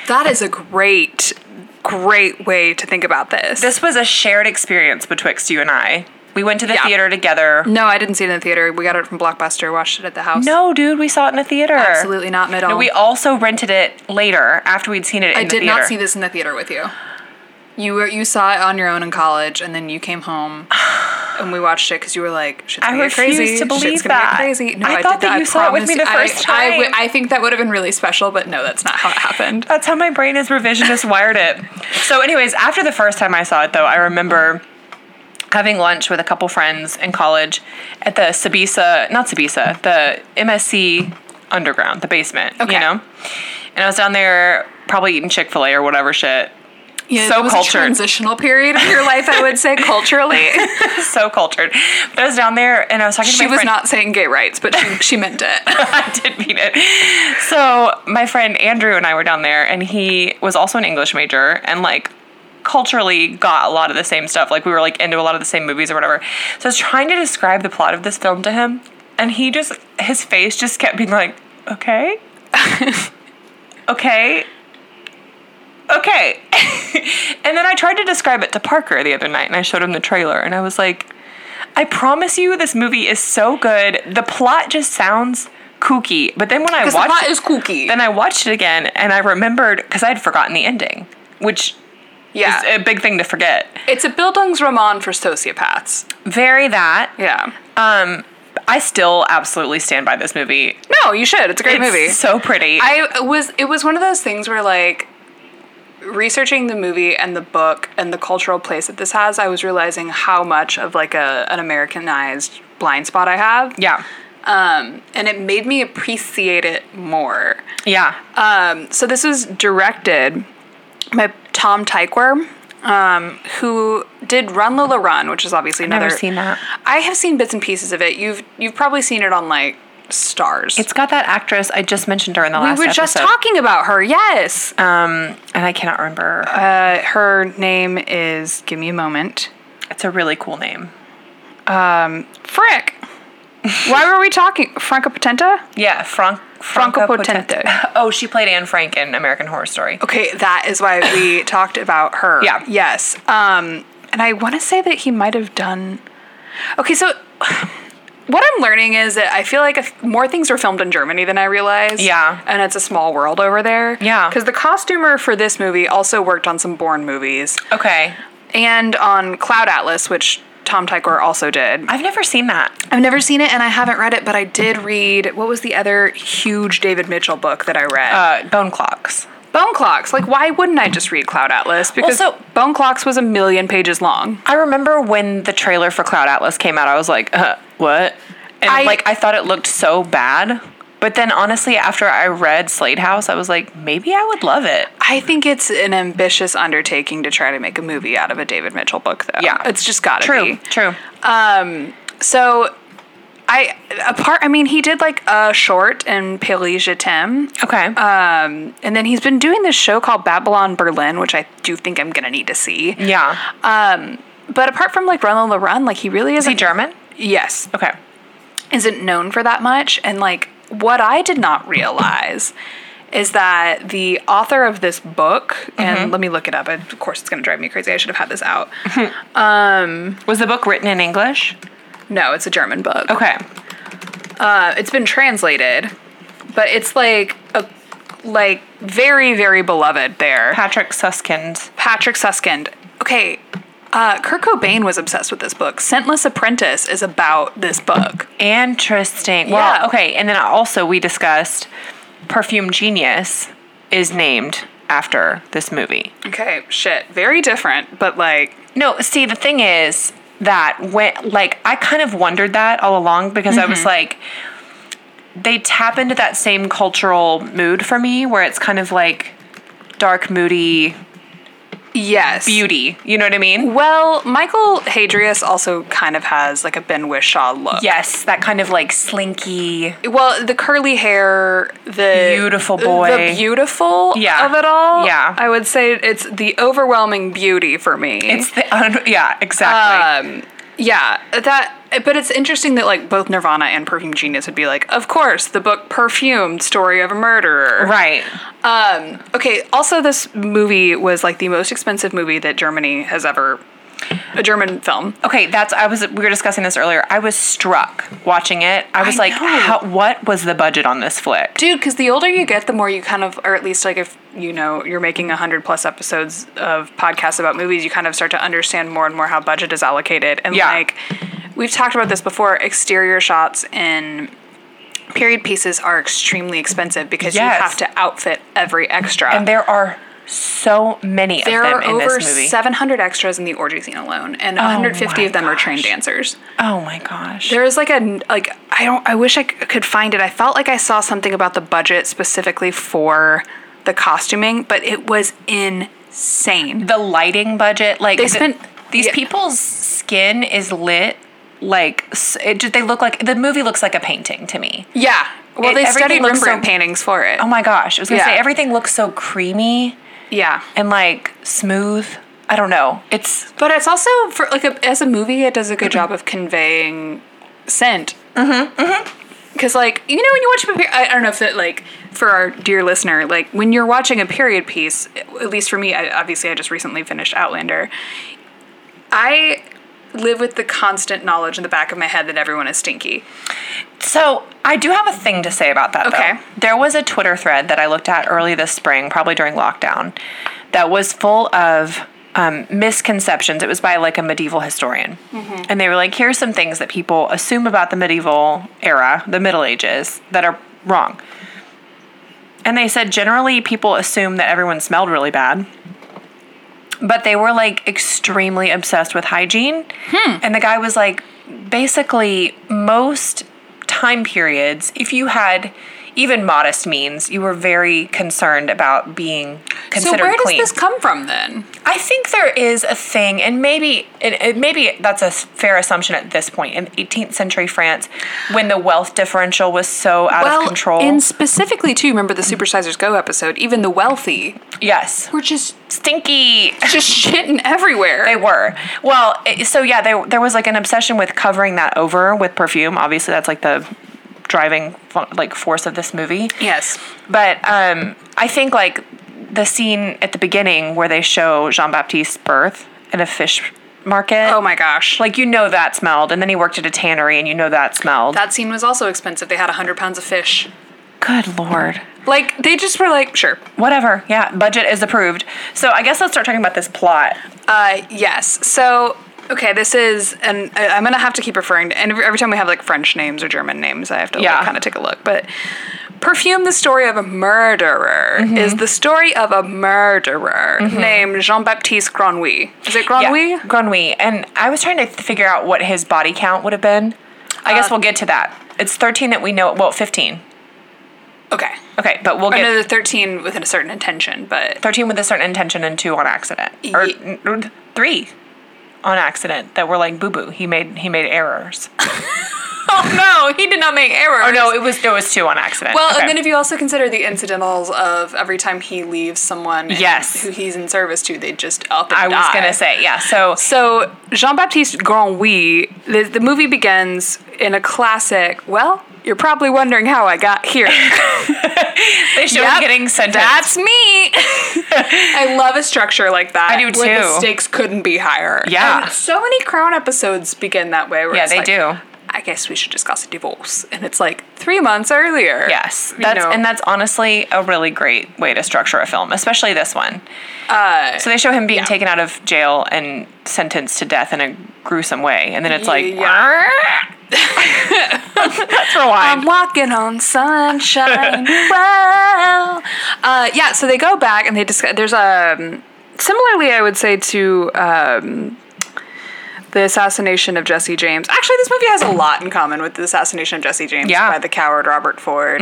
Speaker 2: That is a great, great way to think about this.
Speaker 1: This was a shared experience betwixt you and I. We went to the
Speaker 2: Yeah.
Speaker 1: theater together.
Speaker 2: no, I didn't see it in the theater. We got it from Blockbuster, watched it at the house.
Speaker 1: No, dude, we saw it in a theater.
Speaker 2: Absolutely not middle.
Speaker 1: No, we also rented it later after we'd seen it. In
Speaker 2: I
Speaker 1: the
Speaker 2: did
Speaker 1: theater.
Speaker 2: not see this in the theater with you. You were you saw it on your own in college, and then you came home,
Speaker 1: [sighs]
Speaker 2: and we watched it because you were like, "Shit's
Speaker 1: I
Speaker 2: gonna get
Speaker 1: refuse
Speaker 2: crazy.
Speaker 1: to believe
Speaker 2: Shit's gonna
Speaker 1: that.
Speaker 2: Get crazy." No,
Speaker 1: I
Speaker 2: I,
Speaker 1: thought
Speaker 2: did
Speaker 1: that
Speaker 2: not.
Speaker 1: you
Speaker 2: I
Speaker 1: saw it with
Speaker 2: promise
Speaker 1: me
Speaker 2: you.
Speaker 1: the
Speaker 2: I-
Speaker 1: first
Speaker 2: I w-
Speaker 1: time.
Speaker 2: I think that would have been really special, but no, that's not how it happened.
Speaker 1: [laughs] That's how my brain is revisionist wired it. So, anyways, after the first time I saw it, though, I remember having lunch with a couple friends in college at the Sabisa, not Sabisa, the MSC underground, the basement, you
Speaker 2: Okay.
Speaker 1: know? And I was down there probably eating Chick fil A or whatever shit. [laughs]
Speaker 2: Yeah,
Speaker 1: so
Speaker 2: it was
Speaker 1: cultured.
Speaker 2: a transitional period of your life, I would say, [laughs] culturally.
Speaker 1: so cultured. But I was down there and I was talking to
Speaker 2: she
Speaker 1: my
Speaker 2: was
Speaker 1: friend-
Speaker 2: not saying gay rights, but she, she meant it.
Speaker 1: [laughs] I did mean it. So my friend Andrew and I were down there, and he was also an English major, and like culturally got a lot of the same stuff. Like we were like into a lot of the same movies or whatever. So I was trying to describe the plot of this film to him, and he just his face just kept being like, okay, [laughs] okay. Okay. [laughs] and then I tried to describe it to Parker the other night and I showed him the trailer and I was like, I promise you, this movie is so good. The plot just sounds kooky, but then when I
Speaker 2: Because the
Speaker 1: watched,
Speaker 2: plot
Speaker 1: it-
Speaker 2: is kooky.
Speaker 1: then I watched it again, and I remembered because I had forgotten the ending, which
Speaker 2: yeah.
Speaker 1: is a big thing to forget.
Speaker 2: it's a Bildungsroman for sociopaths.
Speaker 1: Very that.
Speaker 2: Yeah.
Speaker 1: Um, I still absolutely stand by this movie.
Speaker 2: No, you should. It's a great
Speaker 1: It's
Speaker 2: movie.
Speaker 1: so pretty.
Speaker 2: I was it was one of those things where like researching the movie and the book and the cultural place that this has, I was realizing how much of like a an Americanized blind spot I have.
Speaker 1: yeah,
Speaker 2: Um, and it made me appreciate it more.
Speaker 1: yeah. Uh,
Speaker 2: Um, so this is directed by Tom Tykwer, um, who did Run Lola Run, which is obviously another.
Speaker 1: never seen that.
Speaker 2: I have seen bits and pieces of it. You've you've probably seen it on like Stars.
Speaker 1: it's got that actress I just mentioned her in the
Speaker 2: we
Speaker 1: last.
Speaker 2: were just
Speaker 1: episode, Uh, um,
Speaker 2: talking about her. Yes,
Speaker 1: and I cannot remember.
Speaker 2: Uh, her name is. Give me a moment.
Speaker 1: it's a really cool name.
Speaker 2: Frick. Why were we talking? Franca Potenta?
Speaker 1: Yeah, Frank
Speaker 2: Franco
Speaker 1: Potente. [laughs]
Speaker 2: Potente.
Speaker 1: Oh, she played Anne Frank in American Horror Story.
Speaker 2: Okay, that is why
Speaker 1: [laughs]
Speaker 2: we talked about her.
Speaker 1: Yeah.
Speaker 2: Yes. Um, and I want to say that he might have done. Okay, so [sighs] what I'm learning is that I feel like if more things are filmed in Germany than I realized.
Speaker 1: Yeah.
Speaker 2: And it's a small world over there.
Speaker 1: Yeah.
Speaker 2: Because the costumer for this movie also worked on some Bourne movies
Speaker 1: Okay,
Speaker 2: and on Cloud Atlas, which Tom Tykwer also did.
Speaker 1: I've never seen that.
Speaker 2: I've never seen it and I haven't read it, but I did read what was the other huge David Mitchell book that I read?
Speaker 1: Uh, Bone Clocks.
Speaker 2: Bone Clocks. Like, why wouldn't I just read Cloud Atlas? Because
Speaker 1: Also-
Speaker 2: Bone Clocks was a million pages long.
Speaker 1: I remember when the trailer for Cloud Atlas came out, I was like, uh, what? And
Speaker 2: I-
Speaker 1: like, I thought it looked so bad. But then honestly, after I read Slade House, I was like, maybe I would love it.
Speaker 2: I think it's an ambitious undertaking to try to make a movie out of a David Mitchell book, though.
Speaker 1: Yeah.
Speaker 2: it's just gotta
Speaker 1: True,
Speaker 2: be.
Speaker 1: true.
Speaker 2: So, I apart. I mean, he did like a short in Paris Je t'aime.
Speaker 1: Okay.
Speaker 2: Um, and then he's been doing this show called Babylon Berlin, which I do think I'm gonna need to see.
Speaker 1: yeah.
Speaker 2: But apart from like Run on the Run, like he really
Speaker 1: Is he
Speaker 2: isn't.
Speaker 1: German?
Speaker 2: yes,
Speaker 1: Okay.
Speaker 2: isn't known for that much. And like what I did not realize is that the author of this book, and let me look it up. Of course, it's going to drive me crazy. I should have had this out.
Speaker 1: Was the book written in English?
Speaker 2: No, it's a German book.
Speaker 1: Okay.
Speaker 2: Uh, it's been translated, but it's like a like very very beloved there.
Speaker 1: Patrick Suskind.
Speaker 2: Patrick Suskind. Okay. Uh, Kurt Cobain was obsessed with this book. Scentless Apprentice is about this book.
Speaker 1: Interesting. Well,
Speaker 2: Yeah.
Speaker 1: okay. And then also we discussed Perfume Genius is named after this movie.
Speaker 2: Okay, shit. Very different, but like,
Speaker 1: No, see, the thing is that when, like, I kind of wondered that all along because I
Speaker 2: Mm-hmm.
Speaker 1: was like, they tap into that same cultural mood for me where it's kind of like dark, moody
Speaker 2: yes.
Speaker 1: beauty. You know what I mean?
Speaker 2: Well, Michael Hadrius also kind of has like a Ben Wishaw look.
Speaker 1: Yes, that kind of like slinky.
Speaker 2: Well, the curly hair, the
Speaker 1: Beautiful
Speaker 2: the
Speaker 1: boy.
Speaker 2: beautiful
Speaker 1: Yeah.
Speaker 2: of it all.
Speaker 1: Yeah.
Speaker 2: I would say it's the overwhelming beauty for me.
Speaker 1: [laughs] It's the, yeah, exactly.
Speaker 2: um, yeah, that. But it's interesting that like both Nirvana and Perfume Genius would be like, of course, the book Perfumed, Story of a Murderer.
Speaker 1: right.
Speaker 2: Um, okay. Also, this movie was like the most expensive movie that Germany has ever, a German film.
Speaker 1: Okay, that's I was we were discussing this earlier. I was struck watching it. I was
Speaker 2: I
Speaker 1: like,
Speaker 2: know.
Speaker 1: how, what was the budget on this flick?
Speaker 2: dude because the older you get the more you kind of or at least like if you know you're making 100 plus episodes of podcasts about movies you kind of start to understand more and more how budget is allocated and
Speaker 1: Yeah.
Speaker 2: like we've talked about this before exterior shots in period pieces are extremely expensive because
Speaker 1: Yes.
Speaker 2: you have to outfit every extra
Speaker 1: And there are so many
Speaker 2: there
Speaker 1: of them
Speaker 2: are
Speaker 1: in
Speaker 2: over
Speaker 1: this movie.
Speaker 2: 700 extras in the orgy scene alone and 150
Speaker 1: my
Speaker 2: of them are trained
Speaker 1: gosh.
Speaker 2: dancers
Speaker 1: Oh my gosh.
Speaker 2: There is like a like I don't I wish I c- could find it. I felt like I saw something about the budget specifically for the costuming, but it was insane.
Speaker 1: the lighting budget, like
Speaker 2: They
Speaker 1: the-
Speaker 2: spent-
Speaker 1: these
Speaker 2: yeah.
Speaker 1: people's skin is lit like s- it, ju- they look like the movie looks like a painting to me.
Speaker 2: Yeah. Well,
Speaker 1: It-
Speaker 2: they
Speaker 1: everything
Speaker 2: studied
Speaker 1: looks so-
Speaker 2: Rembrandt paintings for it.
Speaker 1: Oh my gosh. I was going to
Speaker 2: Yeah.
Speaker 1: say everything looks so creamy
Speaker 2: yeah.
Speaker 1: and like smooth. I don't know. It's
Speaker 2: But it's also for like a, as a movie, it does a good job of conveying scent. Mm-hmm. Because like you know when you watch a period, I, I don't know if that like for our dear listener, like when you're watching a period piece, at least for me, I, obviously I just recently finished Outlander. I live with the constant knowledge in the back of my head that everyone is stinky.
Speaker 1: So I do have a thing to say about that. though.
Speaker 2: Okay.
Speaker 1: There was a Twitter thread that I looked at early this spring, probably during lockdown, that was full of um, misconceptions. It was by like a medieval historian, and they were like, "Here's some things that people assume about the medieval era, the Middle Ages, that are wrong." And they said generally people assume that everyone smelled really bad. But they were like extremely obsessed with hygiene. And the guy was like, basically, most time periods, if you had even modest means, you were very concerned about being
Speaker 2: So
Speaker 1: considered
Speaker 2: where does
Speaker 1: clean.
Speaker 2: this come from then?
Speaker 1: I think there is a thing, and maybe it, it, maybe that's a s- fair assumption at this point in 18th century France, when the wealth differential was so out of control.
Speaker 2: and specifically too, remember the Supersizers Go episode? Even the wealthy
Speaker 1: yes,
Speaker 2: were just
Speaker 1: stinky.
Speaker 2: just shitting everywhere.
Speaker 1: They were. Well, it, so yeah, they, there was like an obsession with covering that over with perfume. Obviously, that's like the driving fo- like force of this movie.
Speaker 2: yes.
Speaker 1: But um, I think like the scene at the beginning where they show Jean Baptiste's birth in a fish market.
Speaker 2: Oh my gosh.
Speaker 1: Like you know that smelled, and then he worked at a tannery, and you know that smelled.
Speaker 2: that scene was also expensive. They had 100 pounds of fish.
Speaker 1: Good lord.
Speaker 2: Like, they just were like, sure.
Speaker 1: Whatever. Yeah, budget is approved. So I guess let's start talking about this plot.
Speaker 2: Uh, yes. So, okay, this is, and I- I'm gonna have to keep referring to, and every, every time we have like French names or German names, I have to
Speaker 1: Yeah.
Speaker 2: like, kind of take a look. But Perfume, the story of a murderer, is the story of a murderer named Jean Baptiste Granouille. Is it Granouille?
Speaker 1: Yeah, Grenouille. And I was trying to th- figure out what his body count would have been. I guess we'll get to that. It's 13 that we know. Well, 15.
Speaker 2: Okay.
Speaker 1: Okay, but we'll get
Speaker 2: Another 13 within a certain intention, but
Speaker 1: 13 with a certain intention and two on accident, or
Speaker 2: Ye-
Speaker 1: n- n- three on accident that were like boo boo. He made he made errors.
Speaker 2: oh no, he did not make errors.
Speaker 1: Oh no, it was there was two on accident.
Speaker 2: Well,
Speaker 1: Okay.
Speaker 2: and then if you also consider the incidentals of every time he leaves someone and
Speaker 1: Yes.
Speaker 2: who he's in service to, they just up and
Speaker 1: I was
Speaker 2: die.
Speaker 1: gonna say yeah. So
Speaker 2: So Jean Baptiste Granouille, the, the movie begins in a classic. Well, you're probably wondering how I
Speaker 1: [laughs]
Speaker 2: got here.
Speaker 1: they should be
Speaker 2: Yep,
Speaker 1: getting sentenced. [laughs]
Speaker 2: That's me. I love a structure like that.
Speaker 1: I do
Speaker 2: Where
Speaker 1: too.
Speaker 2: the stakes couldn't be higher.
Speaker 1: Yeah.
Speaker 2: And so many Crown episodes begin that way. Where
Speaker 1: yeah,
Speaker 2: it's
Speaker 1: they
Speaker 2: like,
Speaker 1: do.
Speaker 2: I guess we should discuss a divorce, and it's like three months earlier.
Speaker 1: Yes,
Speaker 2: You
Speaker 1: that's
Speaker 2: know.
Speaker 1: and that's honestly a really great way to structure a film, especially this one.
Speaker 2: Uh,
Speaker 1: So they show him being taken out of jail and sentenced to death in a gruesome way, and then it's like
Speaker 2: Yeah.
Speaker 1: [laughs] that's for why.
Speaker 2: I'm walking on sunshine. [laughs] well, uh, yeah. So they go back and they discuss. There's a um, similarly, I would say to um, the assassination of Jesse James. Actually, this movie has a lot in common with the assassination of Jesse James
Speaker 1: Yeah. Mm-hmm.
Speaker 2: by the coward Robert Ford.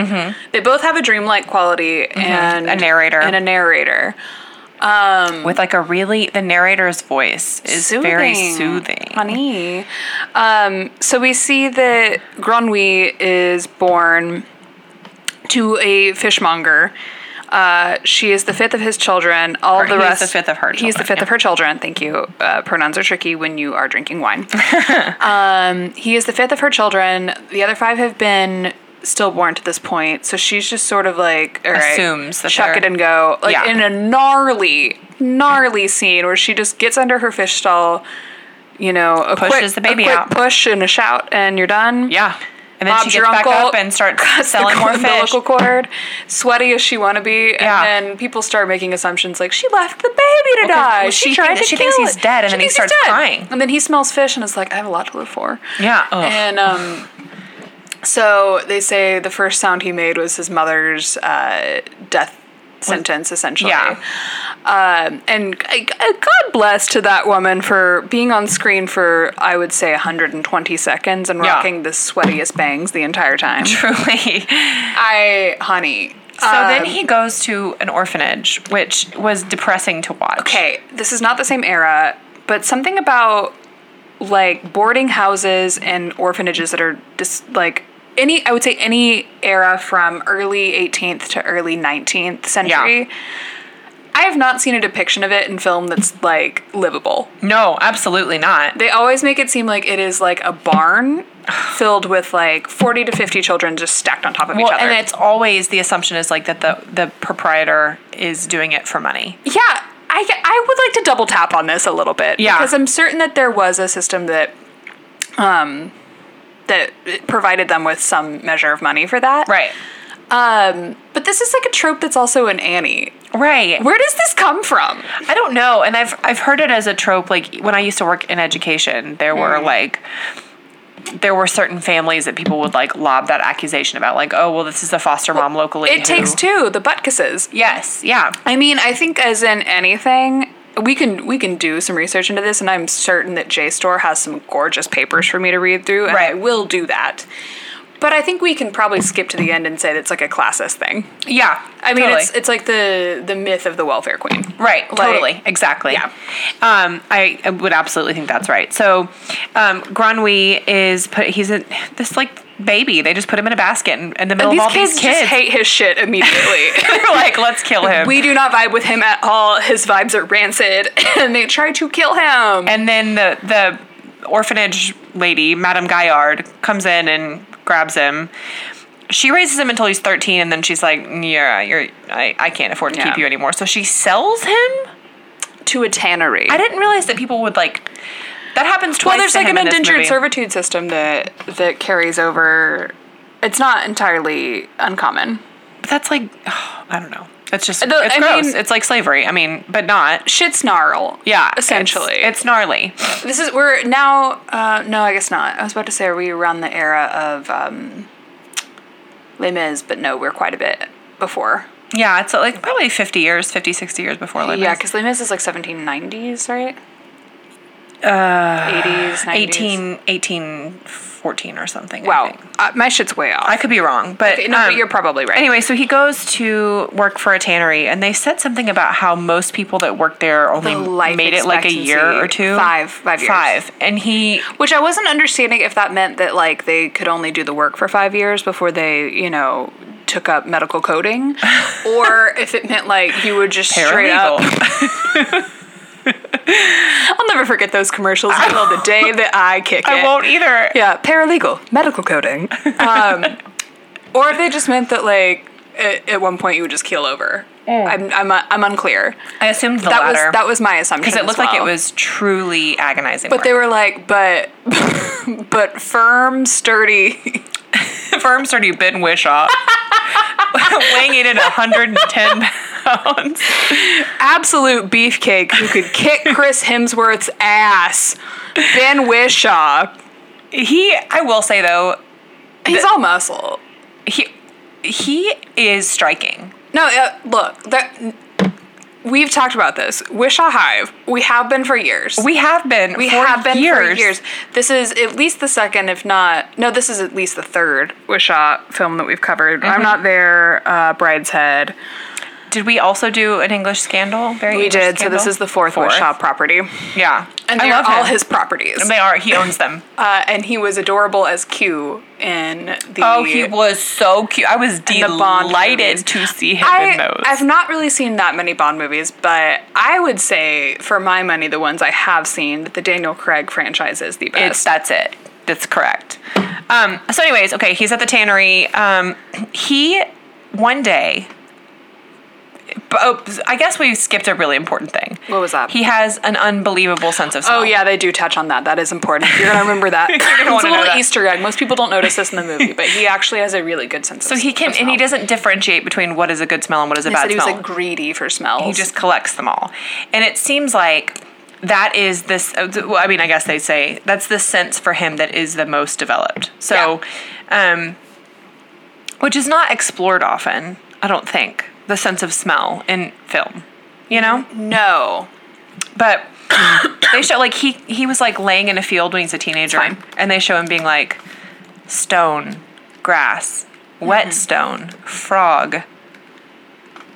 Speaker 2: They both have a dreamlike quality and
Speaker 1: A narrator.
Speaker 2: and a narrator. Um,
Speaker 1: with like a really the narrator's voice is very soothing.
Speaker 2: Funny. Um, so we see that Granwy is born to a fishmonger. Uh, she is the fifth of his children. All the
Speaker 1: he's
Speaker 2: rest.
Speaker 1: the fifth of her
Speaker 2: He's the
Speaker 1: children,
Speaker 2: fifth
Speaker 1: yeah.
Speaker 2: of her children. Thank you. Uh, pronouns are tricky when you are
Speaker 1: [laughs]
Speaker 2: drinking wine. um, he is the fifth of her children. The other five have been stillborn to this point. So she's just sort of like, all right,
Speaker 1: Assumes that
Speaker 2: chuck
Speaker 1: they're-
Speaker 2: it and go. Like
Speaker 1: Yeah.
Speaker 2: in a gnarly, gnarly scene where she just gets under her fish stall, you know, a
Speaker 1: Pushes
Speaker 2: quick,
Speaker 1: the baby
Speaker 2: a quick
Speaker 1: out.
Speaker 2: push and a shout, and you're done.
Speaker 1: Yeah, and then
Speaker 2: Bob's
Speaker 1: she gets
Speaker 2: your
Speaker 1: back
Speaker 2: uncle.
Speaker 1: up and starts
Speaker 2: [laughs] Cuts
Speaker 1: [laughs]
Speaker 2: the
Speaker 1: selling more
Speaker 2: cord-
Speaker 1: fish.
Speaker 2: umbilical cord, sweaty as she want to be, and
Speaker 1: Yeah.
Speaker 2: then people start making assumptions like she left the baby to
Speaker 1: Well, 'cause-
Speaker 2: die.
Speaker 1: well,
Speaker 2: she
Speaker 1: she
Speaker 2: tried
Speaker 1: thinks-
Speaker 2: to
Speaker 1: she
Speaker 2: kill
Speaker 1: thinks he's
Speaker 2: it.
Speaker 1: dead, and
Speaker 2: She
Speaker 1: then he
Speaker 2: thinks he's
Speaker 1: starts
Speaker 2: dead.
Speaker 1: crying.
Speaker 2: and then he smells fish and is like, I have a lot to live for.
Speaker 1: yeah, ugh.
Speaker 2: And um, so they say the first sound he made was his mother's uh, death sentence, essentially.
Speaker 1: Yeah.
Speaker 2: Um, and I- I- God bless to that woman for being on screen for, I would say, 120 seconds and
Speaker 1: Yeah.
Speaker 2: rocking the sweatiest bangs the
Speaker 1: [laughs]
Speaker 2: entire
Speaker 1: [laughs]
Speaker 2: time.
Speaker 1: truly.
Speaker 2: I, honey.
Speaker 1: So then
Speaker 2: um,
Speaker 1: he goes to an orphanage, which was depressing to watch.
Speaker 2: okay, this is not the same era, but something about like boarding houses and orphanages that are just like any I would say any era from early 18th to early 19th century. I have not seen a depiction of it in film that's like livable.
Speaker 1: No, absolutely not.
Speaker 2: They always make it seem like it is like a barn
Speaker 1: [sighs]
Speaker 2: filled with like 40 to 50 children just stacked on top of each
Speaker 1: Well,
Speaker 2: other.
Speaker 1: and it's always the assumption is like that the the proprietor is doing it for money.
Speaker 2: Yeah, I I, I would like to double tap on this a little bit.
Speaker 1: Yeah.
Speaker 2: Because I'm certain that there was a system that, um, that provided them with some measure of money for that.
Speaker 1: Right.
Speaker 2: Um, but this is like a trope that's also in Annie.
Speaker 1: Right.
Speaker 2: Where does this come from?
Speaker 1: I don't know, and I've I've heard it as a trope. Like when I used to work in education, there
Speaker 2: Mm.
Speaker 1: were like there were certain families that people would like lob that accusation about, like, oh well, this is the foster mom locally.
Speaker 2: It takes
Speaker 1: who-
Speaker 2: two, the butt kisses.
Speaker 1: Yes. Yeah.
Speaker 2: I mean, I think as in anything, we can we can do some research into this, and I'm certain that JSTOR has some gorgeous papers for me to read through, and I
Speaker 1: Right.
Speaker 2: will do that. But I think we can probably skip to the end and say that's like a classist thing.
Speaker 1: Yeah.
Speaker 2: I mean,
Speaker 1: totally.
Speaker 2: it's it's like the the myth of the welfare queen.
Speaker 1: Right,
Speaker 2: Like-
Speaker 1: totally, exactly.
Speaker 2: Yeah.
Speaker 1: um, I, I would absolutely think that's right. So, um, Granwy is put. He's a this like baby. They just put him in a basket in, in the middle
Speaker 2: And
Speaker 1: of all
Speaker 2: these kids,
Speaker 1: these kids. [laughs]
Speaker 2: just hate his shit immediately.
Speaker 1: They're like, let's kill him.
Speaker 2: we do not vibe with him at all. His vibes are rancid, [laughs] and they try to kill him.
Speaker 1: and then the the orphanage lady, Madame Gaillard, comes in and grabs him. She raises him until he's thirteen, and then she's like, "Yeah, you're. I, I can't afford to
Speaker 2: Yeah.
Speaker 1: keep you anymore." So she sells him.
Speaker 2: to a tannery.
Speaker 1: I didn't realize that people would like. That happens twice.
Speaker 2: well, there's
Speaker 1: to
Speaker 2: like
Speaker 1: him
Speaker 2: an
Speaker 1: in this
Speaker 2: indentured
Speaker 1: movie.
Speaker 2: servitude system that that carries over. It's not entirely uncommon.
Speaker 1: But that's like, [sighs] I don't know. It's just,
Speaker 2: Though,
Speaker 1: it's
Speaker 2: I
Speaker 1: gross.
Speaker 2: mean-
Speaker 1: it's like slavery. I mean, but not.
Speaker 2: Shit snarl.
Speaker 1: Yeah. it's-
Speaker 2: essentially.
Speaker 1: It's, gnarly.
Speaker 2: this is we're now. Uh, no, I guess not. I was about to say are we around the era of um, Les Mis, but no, we're quite a bit before.
Speaker 1: Yeah. It's like probably 50 years, 50, 60 years before Lemons.
Speaker 2: Yeah, because Les Mis is like 1790s, right? Uh, 80s, 90s.
Speaker 1: 18, 1814 or something. I
Speaker 2: Wow,
Speaker 1: think.
Speaker 2: uh, my shit's way off.
Speaker 1: I could be wrong, but,
Speaker 2: no, but
Speaker 1: um,
Speaker 2: you're probably right.
Speaker 1: Anyway, so he goes to work for a tannery, and they said something about how most people that worked there only
Speaker 2: The life
Speaker 1: made it like a year or
Speaker 2: expectancy,
Speaker 1: two.
Speaker 2: five- five years.
Speaker 1: Five. And he,
Speaker 2: Which I wasn't understanding if that meant that like they could only do the work for five years before they, you know, took up
Speaker 1: [laughs]
Speaker 2: medical coding, or if it meant like you would just straight up.
Speaker 1: paralegal.
Speaker 2: I'll never forget those commercials until the day that I kick it.
Speaker 1: [laughs] I won't either.
Speaker 2: Yeah, paralegal, medical coding. Um,
Speaker 1: [laughs]
Speaker 2: or if they just meant that like at, at one point you would just keel over. I'm I'm uh, I'm unclear.
Speaker 1: I assumed Eh. the
Speaker 2: That
Speaker 1: latter.
Speaker 2: was that was my assumption
Speaker 1: because it
Speaker 2: as
Speaker 1: looked like it
Speaker 2: well.
Speaker 1: was truly agonizing.
Speaker 2: But they were like, but [laughs] but firm, sturdy.
Speaker 1: the firms already been wish off, [laughs] weighing in at 110 pounds.
Speaker 2: absolute beefcake who
Speaker 1: [laughs]
Speaker 2: could kick Chris Hemsworth's ass. Ben Wishaw.
Speaker 1: He, I will say though,
Speaker 2: He's all muscle.
Speaker 1: he he is striking.
Speaker 2: No, uh, look, that, we've talked about this. Wishaw Hive. We have been for years.
Speaker 1: We have been
Speaker 2: We
Speaker 1: for
Speaker 2: have been
Speaker 1: years.
Speaker 2: for years. This is at least the second, if not no, this is at least the third Wishaw film that we've covered.
Speaker 1: Mm-hmm.
Speaker 2: I'm not there. Uh, Bride's Head.
Speaker 1: Did we also do an English scandal? Very
Speaker 2: We
Speaker 1: English
Speaker 2: did. So this
Speaker 1: Scandal?
Speaker 2: is the fourth, Wishaw property,
Speaker 1: Yeah,
Speaker 2: and
Speaker 1: I
Speaker 2: they're
Speaker 1: love
Speaker 2: all
Speaker 1: him.
Speaker 2: his properties.
Speaker 1: They are. He owns
Speaker 2: [laughs]
Speaker 1: them.
Speaker 2: Uh, and he was adorable as Q in the.
Speaker 1: Oh, he was so cute. I was
Speaker 2: the Bond movies.
Speaker 1: delighted to see him in
Speaker 2: I,
Speaker 1: those.
Speaker 2: I've not really seen that many Bond movies, but I would say, for my money, the ones I have seen, that the Daniel Craig franchise is the
Speaker 1: It's
Speaker 2: best.
Speaker 1: that's it. That's correct. Um, so, anyways, okay, he's at the tannery. Um, he one day. b- Oh, I guess we skipped a really important thing.
Speaker 2: What was that?
Speaker 1: He has an unbelievable sense of smell.
Speaker 2: oh yeah, they do touch on that. That is important. [laughs] You're gonna remember that.
Speaker 1: gonna wanna
Speaker 2: it's a
Speaker 1: know
Speaker 2: little
Speaker 1: that.
Speaker 2: Easter egg. Most people don't notice this in the movie, but he actually has a really good sense.
Speaker 1: So he can, and he doesn't differentiate between what is a good smell and what is a
Speaker 2: They
Speaker 1: bad
Speaker 2: said he was
Speaker 1: smell.
Speaker 2: like greedy for smells.
Speaker 1: he just collects them all, and it seems like that is this. uh, th- Well, I mean, I guess they say that's the sense for him that is the most developed. So, um, which is not explored often, I don't think. The sense of smell in film, you know,
Speaker 2: no.
Speaker 1: but they show like he he was like laying in a field when he's a teenager,
Speaker 2: Fine.
Speaker 1: and they show him being like stone, grass, wet stone, frog,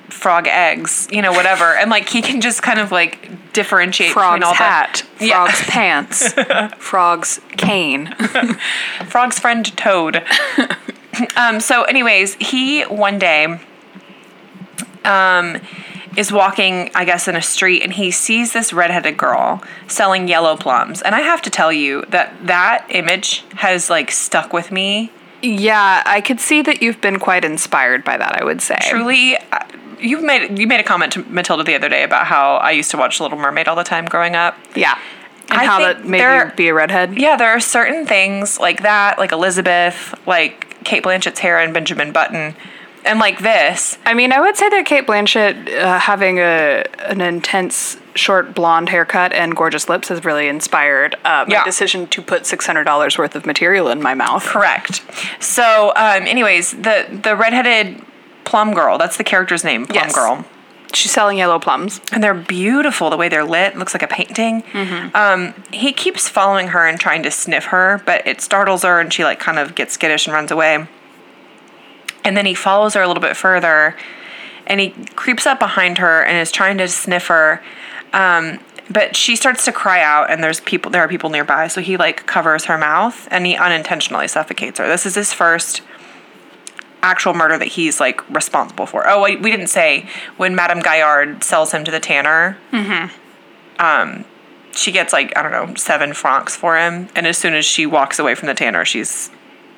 Speaker 1: frog eggs, you know, whatever, and like he can just kind of like differentiate between
Speaker 2: [laughs] Frog's
Speaker 1: all
Speaker 2: hat,
Speaker 1: Yeah.
Speaker 2: frog's [laughs] pants, frog's cane.
Speaker 1: the frog's friend Toad. um, so, anyways, he one day. Um, is walking, I guess, in a street, and he sees this redheaded girl selling yellow plums. And I have to tell you that that image has like stuck with me.
Speaker 2: Yeah, I could see that you've been quite inspired by that, I would say.
Speaker 1: Truly, uh, you made you made a comment to Matilda the other day about how I used to watch Little Mermaid all the time growing up.
Speaker 2: Yeah. And
Speaker 1: I
Speaker 2: how
Speaker 1: think
Speaker 2: that made
Speaker 1: there-
Speaker 2: you be a redhead.
Speaker 1: Yeah, there are certain things like that, like Elizabeth, like Kate Blanchett's hair and Benjamin Button, and like this.
Speaker 2: I mean, I would say that Kate Blanchett uh, having a an intense short blonde haircut and gorgeous lips has really inspired uh, my
Speaker 1: Yeah.
Speaker 2: decision to put six hundred dollars worth of material in my mouth.
Speaker 1: Correct. So, um, anyways, the the redheaded plum girl. That's the character's name, plum
Speaker 2: Yes.
Speaker 1: girl.
Speaker 2: She's selling yellow plums.
Speaker 1: and they're beautiful the way they're lit. It looks like a painting. Um, he keeps following her and trying to sniff her, but it startles her, and she like kind of gets skittish and runs away. And then he follows her a little bit further, and he creeps up behind her and is trying to sniff her. Um, but she starts to cry out, and there's people. There are people nearby, so he like covers her mouth, and he unintentionally suffocates her. This is his first actual murder that he's like responsible for. Oh, wait, we didn't say when Madame Gaillard sells him to the tanner. Mm-hmm. Um, she gets like I don't know seven francs for him, and as soon as she walks away from the tanner, she's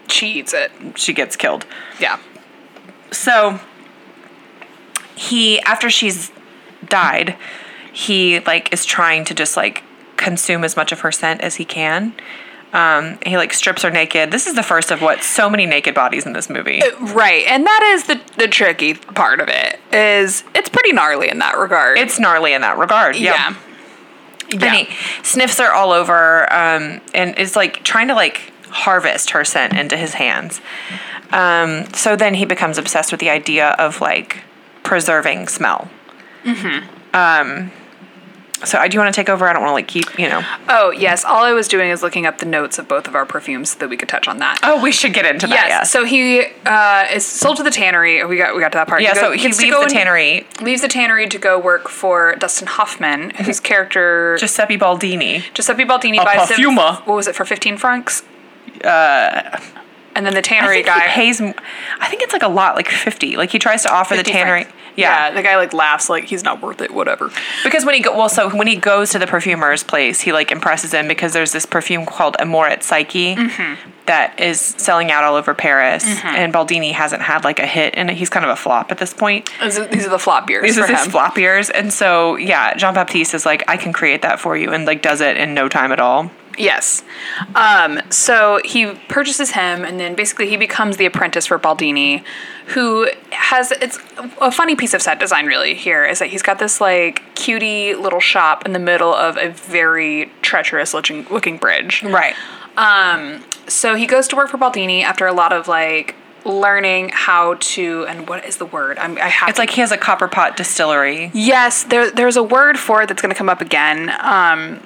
Speaker 2: She eats it.
Speaker 1: she gets killed.
Speaker 2: Yeah.
Speaker 1: So he after she's died, he like is trying to just like consume as much of her scent as he can. Um, he like strips her naked. This is the first of what so many naked bodies in this movie.
Speaker 2: Right. And that is the, the tricky part of it is it's pretty gnarly in that regard.
Speaker 1: It's gnarly in that regard. yeah.
Speaker 2: yeah.
Speaker 1: And he sniffs her all over um, and is like trying to like harvest her scent into his hands. Um, so then he becomes obsessed with the idea of like preserving smell. Mm-hmm. Um, so I do want to take over. I don't want to like keep, you know.
Speaker 2: Oh, yes. All I was doing is looking up the notes of both of our perfumes so that we could touch on that.
Speaker 1: Oh, we should get into
Speaker 2: yes.
Speaker 1: that. Yes.
Speaker 2: So he uh, is sold to the tannery. We got we got to that part.
Speaker 1: yeah.
Speaker 2: go-
Speaker 1: So he leaves
Speaker 2: gets to go
Speaker 1: the
Speaker 2: and-
Speaker 1: tannery.
Speaker 2: leaves the tannery to go work for Dustin
Speaker 1: [laughs]
Speaker 2: Hoffman, whose character
Speaker 1: Giuseppe Baldini.
Speaker 2: Giuseppe Baldini buys him.
Speaker 1: perfumer. Uh,
Speaker 2: What was it for fifteen francs? Uh, and then the
Speaker 1: I
Speaker 2: tannery
Speaker 1: think
Speaker 2: guy.
Speaker 1: he pays. m- I think it's like a lot, like fifty. Like he tries to offer the
Speaker 2: 50
Speaker 1: tannery.
Speaker 2: francs.
Speaker 1: Yeah.
Speaker 2: the guy like laughs like he's not worth it. Whatever.
Speaker 1: Because when he go, well, so when he goes to the perfumer's place, he like impresses him because there's this perfume called Amore et Psyche
Speaker 2: Mm-hmm.
Speaker 1: that is selling out all over Paris, and Baldini hasn't had like a hit, and he's kind of a flop at this point.
Speaker 2: These are these are the flop beers
Speaker 1: These
Speaker 2: for
Speaker 1: are his
Speaker 2: him.
Speaker 1: flop years, and so yeah, Jean Baptiste is like, I can create that for you, and like does it in no time at all.
Speaker 2: Yes. Um, so he purchases him, and then basically he becomes the apprentice for Baldini, who has it's a funny piece of set design really here is that he's got this like cutie little shop in the middle of a very treacherous looking looking bridge.
Speaker 1: Right.
Speaker 2: Um, so he goes to work for Baldini after a lot of like learning how to and what is the word? I'm, I have
Speaker 1: It's like he has a copper pot distillery.
Speaker 2: Yes, there there's a word for it that's going to come up again um,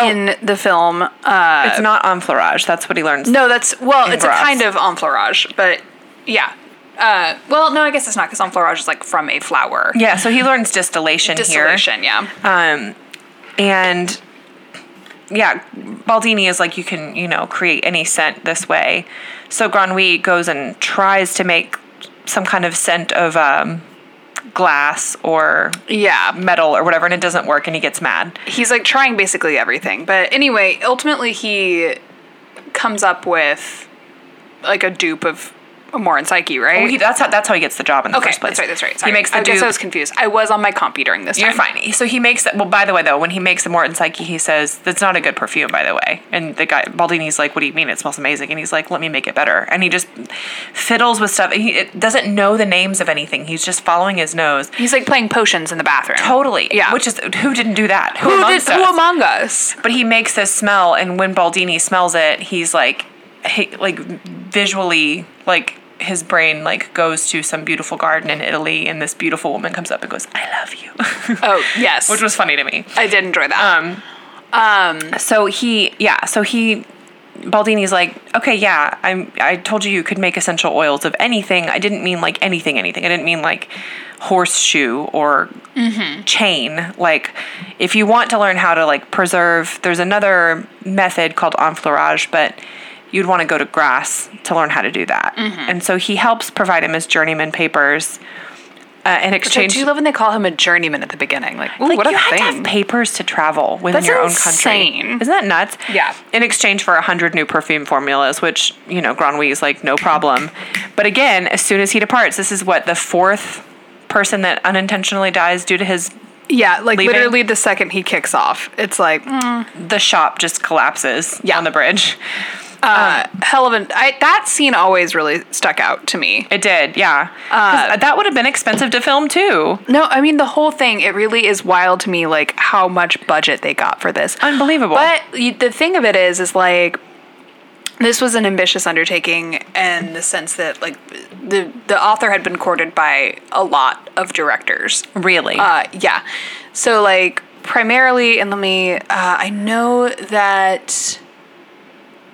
Speaker 2: in the film. Uh,
Speaker 1: It's not enfleurage. That's what he learns.
Speaker 2: no, that's well, it's
Speaker 1: Brass.
Speaker 2: a kind of enfleurage, but yeah. Uh, well, no, I guess it's not because enfleurage is like from a flower.
Speaker 1: Yeah, so he learns distillation, here.
Speaker 2: Distillation, yeah.
Speaker 1: Um, and yeah, Baldini is like, you can, you know, create any scent this way. So Granwy goes and tries to make some kind of scent of um, glass or
Speaker 2: yeah.
Speaker 1: metal or whatever, and it doesn't work, and he gets mad.
Speaker 2: He's like trying basically everything. But anyway, ultimately he comes up with like a dupe of Amor and Psyche, right?
Speaker 1: Well, Oh, he, that's how that's how he gets the job in the
Speaker 2: okay,
Speaker 1: first place.
Speaker 2: that's right, that's right.
Speaker 1: He
Speaker 2: Sorry.
Speaker 1: makes the
Speaker 2: I guess
Speaker 1: dupe.
Speaker 2: I was confused. I was on my comp during this
Speaker 1: You're
Speaker 2: time.
Speaker 1: fine. So he makes that. Well, by the way, though, when he makes the Morton Psyche, he says that's not a good perfume, by the way. And the guy Baldini's like, "What do you mean? It smells amazing." And he's like, "Let me make it better." And he just fiddles with stuff. He it doesn't know the names of anything. He's just following his nose.
Speaker 2: He's like playing potions in the bathroom.
Speaker 1: Totally.
Speaker 2: Yeah.
Speaker 1: Which is who didn't do that? Who,
Speaker 2: Who, did,
Speaker 1: amongst
Speaker 2: who
Speaker 1: us?
Speaker 2: among us?
Speaker 1: but he makes this smell, and when Baldini smells it, he's like, he, like visually, like his brain like goes to some beautiful garden in Italy, and this beautiful woman comes up and goes, "I love you," [laughs]
Speaker 2: Oh, yes.
Speaker 1: which was funny to me.
Speaker 2: I did enjoy that.
Speaker 1: Um, So he, yeah. So he, Baldini's like, okay, yeah. I'm. I told you you could make essential oils of anything. I didn't mean like anything, anything. I didn't mean like horseshoe or chain. Like, if you want to learn how to like preserve, there's another method called enfleurage, but you'd want to go to Grasse to learn how to do that. And so he helps provide him his journeyman papers. Uh, in
Speaker 2: I
Speaker 1: exchange,
Speaker 2: do love when they call him a journeyman at the beginning. Like, ooh,
Speaker 1: like
Speaker 2: what a
Speaker 1: you had to have
Speaker 2: thing.
Speaker 1: papers to travel within
Speaker 2: That's
Speaker 1: your own
Speaker 2: insane.
Speaker 1: country. Isn't that nuts?
Speaker 2: Yeah.
Speaker 1: In exchange for hundred new perfume formulas, which you know Granwy is like no problem. But again, as soon as he departs, this is what the fourth person that unintentionally dies due to his
Speaker 2: Yeah, like
Speaker 1: Leaving.
Speaker 2: literally the second he kicks off, it's like mm,
Speaker 1: the shop just collapses
Speaker 2: Yeah.
Speaker 1: on the bridge.
Speaker 2: uh, hell of an. I, that scene always really stuck out to me.
Speaker 1: It did, yeah. 'Cause
Speaker 2: Uh,
Speaker 1: that would have been expensive to film too.
Speaker 2: No, I mean the whole thing. It really is wild to me, like how much budget they got for this.
Speaker 1: Unbelievable.
Speaker 2: But you, the thing of it is, is like this was an ambitious undertaking, and the sense that like the the author had been courted by a lot of directors.
Speaker 1: Really?
Speaker 2: Uh, yeah. So like primarily, and let me. Uh, I know that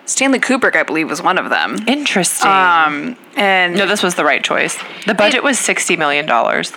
Speaker 2: Stanley Kubrick, I believe, was one of them.
Speaker 1: Interesting.
Speaker 2: Um, and
Speaker 1: no, this was the right choice. The budget was sixty million dollars.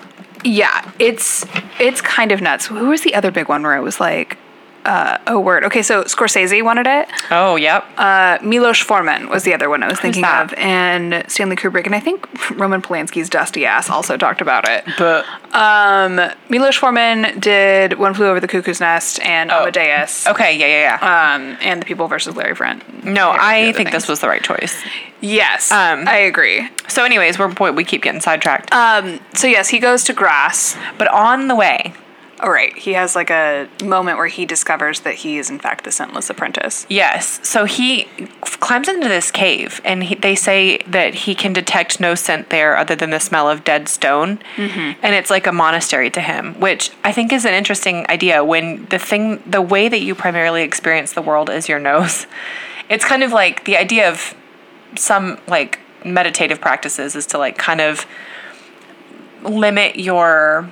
Speaker 2: yeah, it's it's kind of nuts. Who was the other big one where it was like, uh, oh word. Okay, so Scorsese wanted it.
Speaker 1: Oh, yep.
Speaker 2: Uh, Milos Forman was the other one I was thinking
Speaker 1: that?
Speaker 2: of, and Stanley Kubrick, and I think Roman Polanski's Dusty Ass also talked about it.
Speaker 1: but
Speaker 2: Um, Milos Forman did One Flew Over the Cuckoo's Nest and
Speaker 1: Oh,
Speaker 2: Amadeus,
Speaker 1: okay, yeah, yeah, yeah.
Speaker 2: um, and The People versus Larry Friend.
Speaker 1: no,
Speaker 2: and a few
Speaker 1: I
Speaker 2: other
Speaker 1: think this
Speaker 2: things.
Speaker 1: was the right choice.
Speaker 2: yes,
Speaker 1: Um,
Speaker 2: I agree.
Speaker 1: So, anyways, we're boy, we keep getting sidetracked.
Speaker 2: Um, so yes, he goes to Grass.
Speaker 1: but on the way,
Speaker 2: All right, he has like a moment where he discovers that he is in fact the Scentless Apprentice.
Speaker 1: yes. So he climbs into this cave, and he, they say that he can detect no scent there other than the smell of dead stone, and it's like a monastery to him, which I think is an interesting idea. When the thing, the way that you primarily experience the world is your nose. [laughs] It's kind of like the idea of some like meditative practices is to like kind of limit your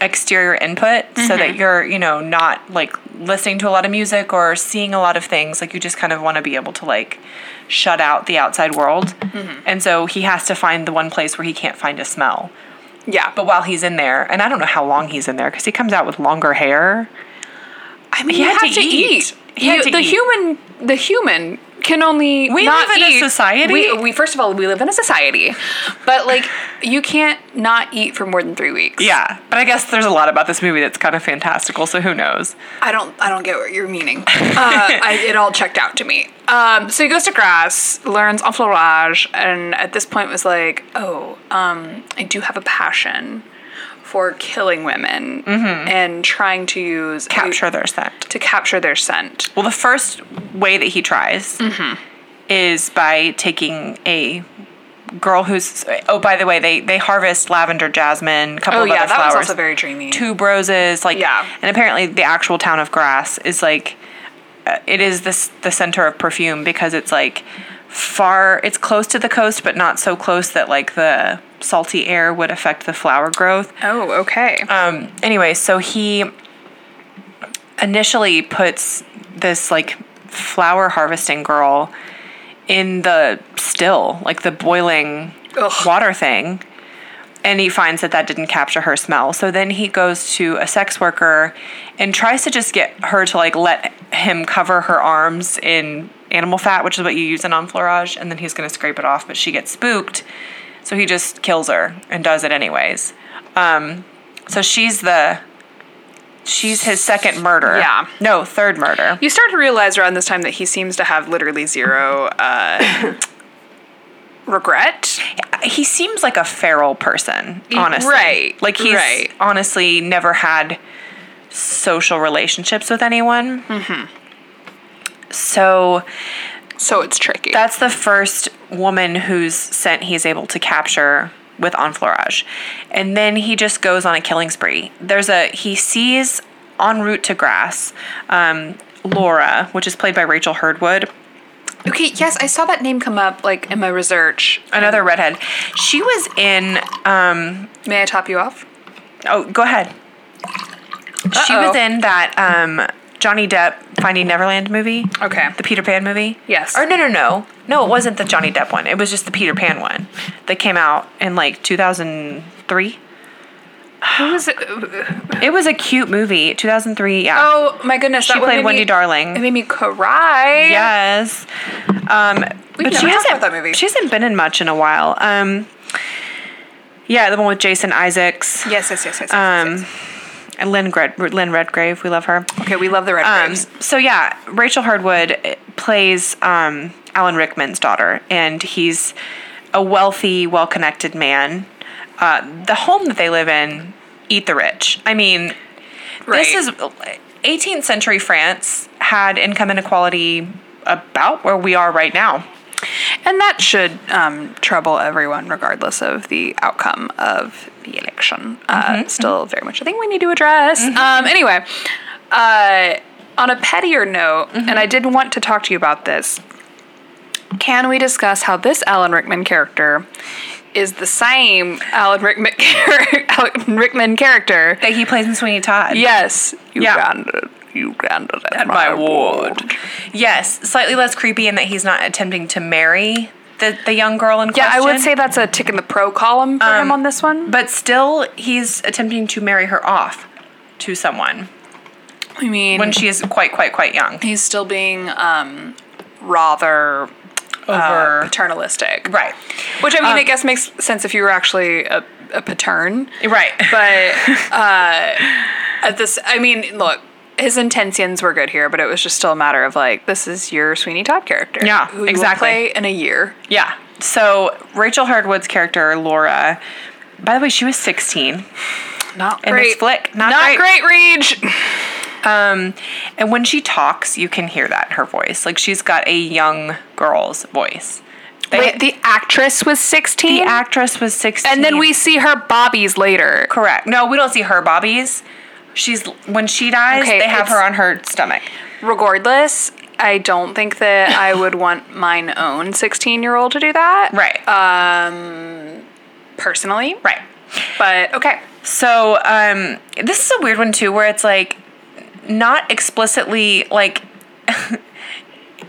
Speaker 1: exterior input so that you're you know not like listening to a lot of music or seeing a lot of things like you just kind of want to be able to like shut out the outside world and so he has to find the one place where he can't find a smell
Speaker 2: Yeah,
Speaker 1: but while he's in there and i don't know how long he's in there because he comes out with longer hair
Speaker 2: I mean,
Speaker 1: He
Speaker 2: you
Speaker 1: had
Speaker 2: have
Speaker 1: to eat. He had
Speaker 2: You-
Speaker 1: to
Speaker 2: the
Speaker 1: eat.
Speaker 2: human, the human can only
Speaker 1: We
Speaker 2: not
Speaker 1: live in a
Speaker 2: eat.
Speaker 1: society?
Speaker 2: We, we first of all we live in a society, but like you can't not eat for more than three weeks.
Speaker 1: yeah but i guess there's a lot about this movie that's kind of fantastical so who knows
Speaker 2: I don't I don't get what you're meaning. Uh, I, it all checked out to me. Um, so he goes to Grass, learns enfleurage, and at this point was like, oh, um, I do have a passion for killing women and trying to use
Speaker 1: Mm-hmm. capture their scent
Speaker 2: to capture their scent.
Speaker 1: Well, the first way that he tries
Speaker 2: Mm-hmm.
Speaker 1: is by taking a girl who's. Oh, by the way, they they harvest lavender, jasmine, a couple
Speaker 2: Oh
Speaker 1: of
Speaker 2: yeah,
Speaker 1: other
Speaker 2: that
Speaker 1: flowers,
Speaker 2: was also very dreamy.
Speaker 1: tube roses, like
Speaker 2: Yeah.
Speaker 1: And apparently, the actual town of Grass is like uh, it is this the center of perfume because it's like far. It's close to the coast, but not so close that like the salty air would affect the flower growth.
Speaker 2: Oh, okay.
Speaker 1: Um, anyway, so he initially puts this like flower harvesting girl in the still, like the boiling
Speaker 2: Ugh.
Speaker 1: water thing. And he finds that that didn't capture her smell. So then he goes to a sex worker and tries to just get her to like let him cover her arms in animal fat, which is what you use in enfleurage. And then he's going to scrape it off, but she gets spooked. So he just kills her and does it anyways. Um, so she's the she's his second murder.
Speaker 2: Yeah.
Speaker 1: No, third murder.
Speaker 2: you start to realize around this time that he seems to have literally zero uh,
Speaker 1: [coughs]
Speaker 2: regret.
Speaker 1: He seems like a feral person, honestly.
Speaker 2: right,
Speaker 1: Like he's
Speaker 2: right.
Speaker 1: honestly never had social relationships with anyone. Mm-hmm. So
Speaker 2: So it's tricky.
Speaker 1: that's the first woman whose scent he's able to capture with enfleurage and then he just goes on a killing spree there's a he sees en route to grass um, laura which is played by rachel hurdwood
Speaker 2: okay, yes, I saw that name come up like in my research.
Speaker 1: another redhead she was in um,
Speaker 2: May I top you off?
Speaker 1: oh go ahead she
Speaker 2: Uh-oh.
Speaker 1: was in that um, johnny depp finding neverland movie
Speaker 2: Okay.
Speaker 1: the peter pan movie
Speaker 2: Yes.
Speaker 1: or no no no no it wasn't the johnny depp one it was just the peter pan one that came out in like 2003
Speaker 2: Who was it?
Speaker 1: It was a cute movie, 2003. Yeah.
Speaker 2: Oh my goodness!
Speaker 1: she
Speaker 2: that one
Speaker 1: played
Speaker 2: made
Speaker 1: Wendy
Speaker 2: me,
Speaker 1: Darling.
Speaker 2: It made me cry.
Speaker 1: yes. Um, but
Speaker 2: never
Speaker 1: she
Speaker 2: talked
Speaker 1: hasn't.
Speaker 2: about that movie.
Speaker 1: She hasn't been in much in a while. Um, yeah, the one with Jason Isaacs
Speaker 2: Yes, yes, yes, yes. yes,
Speaker 1: Um,
Speaker 2: yes, yes.
Speaker 1: and Lynn, Gred- Lynn Redgrave. We love her.
Speaker 2: Okay, we love the red
Speaker 1: Um,
Speaker 2: Grapes.
Speaker 1: so yeah, Rachel Hardwood eh, plays um, Alan Rickman's daughter, and he's a wealthy, well-connected man uh, the home that they live in, eat the rich. I mean,
Speaker 2: Right.
Speaker 1: this is 18th century France had income inequality about where we are right now.
Speaker 2: And that should um, trouble everyone, regardless of the outcome of the election. Uh,
Speaker 1: Mm-hmm,
Speaker 2: Still very much a thing we need to address. Um, anyway, uh, on a pettier note,
Speaker 1: Mm-hmm.
Speaker 2: and I did want to talk to you about this, can we discuss how this Alan Rickman character is the same Alan Rickman, [laughs] char- Alan Rickman character?
Speaker 1: That he plays in Sweeney Todd.
Speaker 2: Yes, you
Speaker 1: Yeah.
Speaker 2: granted. You granted at
Speaker 1: my ward. Yes, slightly less creepy in that he's not attempting to marry the, the young girl in
Speaker 2: Yeah,
Speaker 1: question. Um,
Speaker 2: I would say that's a tick in the pro column for him on this one.
Speaker 1: But still, he's attempting to marry her off to someone
Speaker 2: I mean,
Speaker 1: when she is quite, quite, quite young.
Speaker 2: he's still being um, rather uh,
Speaker 1: Over.
Speaker 2: paternalistic,
Speaker 1: right.
Speaker 2: Which I mean, I guess makes sense if you were actually a, a [laughs] patern.
Speaker 1: Right.
Speaker 2: But uh, at this, I mean, look, his intentions were good here, but it was just still a matter of like, this is your Sweeney Todd character,
Speaker 1: Yeah,
Speaker 2: who you will
Speaker 1: exactly.
Speaker 2: play in a year.
Speaker 1: yeah. So, Rachel Hardwood's character, Laura, by the way, she was 16.
Speaker 2: Not
Speaker 1: In
Speaker 2: great,
Speaker 1: this flick, not
Speaker 2: great, Reach.
Speaker 1: Um, and when she talks, you can hear that in her voice. Like, she's got a young girl's voice. They-
Speaker 2: Wait, the actress was sixteen,
Speaker 1: the actress was 16.
Speaker 2: and then we see her bobbies later.
Speaker 1: Correct. No, we don't see her bobbies. She's when she dies,
Speaker 2: Okay,
Speaker 1: they have
Speaker 2: it's-
Speaker 1: her on her stomach.
Speaker 2: regardless i don't think that [laughs] i would want mine own 16 year old to do that
Speaker 1: Right.
Speaker 2: personally
Speaker 1: right.
Speaker 2: but okay
Speaker 1: So um, this is a weird one too, where it's like not explicitly like. [laughs]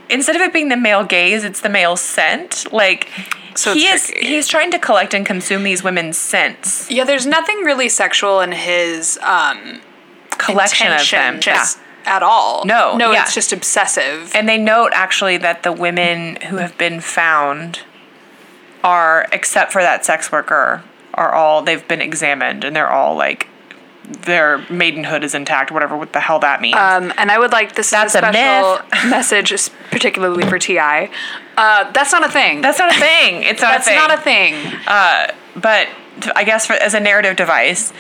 Speaker 1: Instead of it being the male gaze, it's the male scent. Like
Speaker 2: So
Speaker 1: he
Speaker 2: it's
Speaker 1: is
Speaker 2: tricky.
Speaker 1: he's trying to collect and consume these women's scents.
Speaker 2: yeah there's nothing really sexual in his um
Speaker 1: Collection
Speaker 2: intention
Speaker 1: of them.
Speaker 2: just
Speaker 1: yeah.
Speaker 2: at all
Speaker 1: No,
Speaker 2: no
Speaker 1: yeah.
Speaker 2: it's just obsessive
Speaker 1: And they note actually that the women who have been found are, except for that sex worker, are all they've been examined and they're all like their maidenhood is intact, whatever what the hell that means.
Speaker 2: um, and I would like this
Speaker 1: That's
Speaker 2: is
Speaker 1: a
Speaker 2: a special [laughs] message, is particularly for Ti. Uh, that's not a thing.
Speaker 1: That's not a thing. It's not
Speaker 2: that's
Speaker 1: a thing.
Speaker 2: not a thing.
Speaker 1: but t- I guess for, as a narrative device,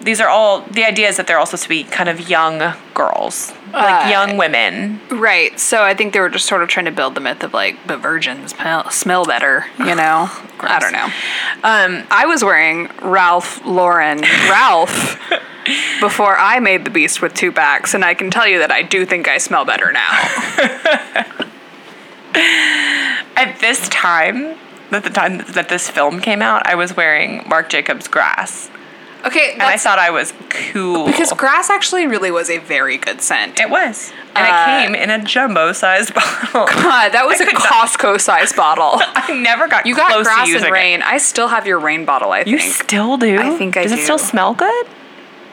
Speaker 1: these are all the idea is that they're also to be kind of young girls,
Speaker 2: Uh,
Speaker 1: like young women.
Speaker 2: Right. So I think they were just sort of trying to build the myth of like, but virgins smell- smell better, you [sighs] know? I don't know. Um, I was wearing Ralph [laughs] Lauren Ralph before I made the beast with two backs, and I can tell you that I do think I smell better now.
Speaker 1: At this time, at the time that this film came out, I was wearing Marc Jacobs Grass,
Speaker 2: Okay.
Speaker 1: and I
Speaker 2: That's,
Speaker 1: thought I was cool
Speaker 2: because grass actually really was a very good scent.
Speaker 1: It was. And
Speaker 2: Uh,
Speaker 1: it came in a jumbo sized [laughs] bottle.
Speaker 2: God, that [laughs] was a Costco sized bottle.
Speaker 1: I never got
Speaker 2: You got
Speaker 1: close
Speaker 2: grass
Speaker 1: to using
Speaker 2: and rain. I still have your rain bottle, I
Speaker 1: It. You
Speaker 2: think.
Speaker 1: still do?
Speaker 2: I think I
Speaker 1: Does
Speaker 2: do.
Speaker 1: it still smell good?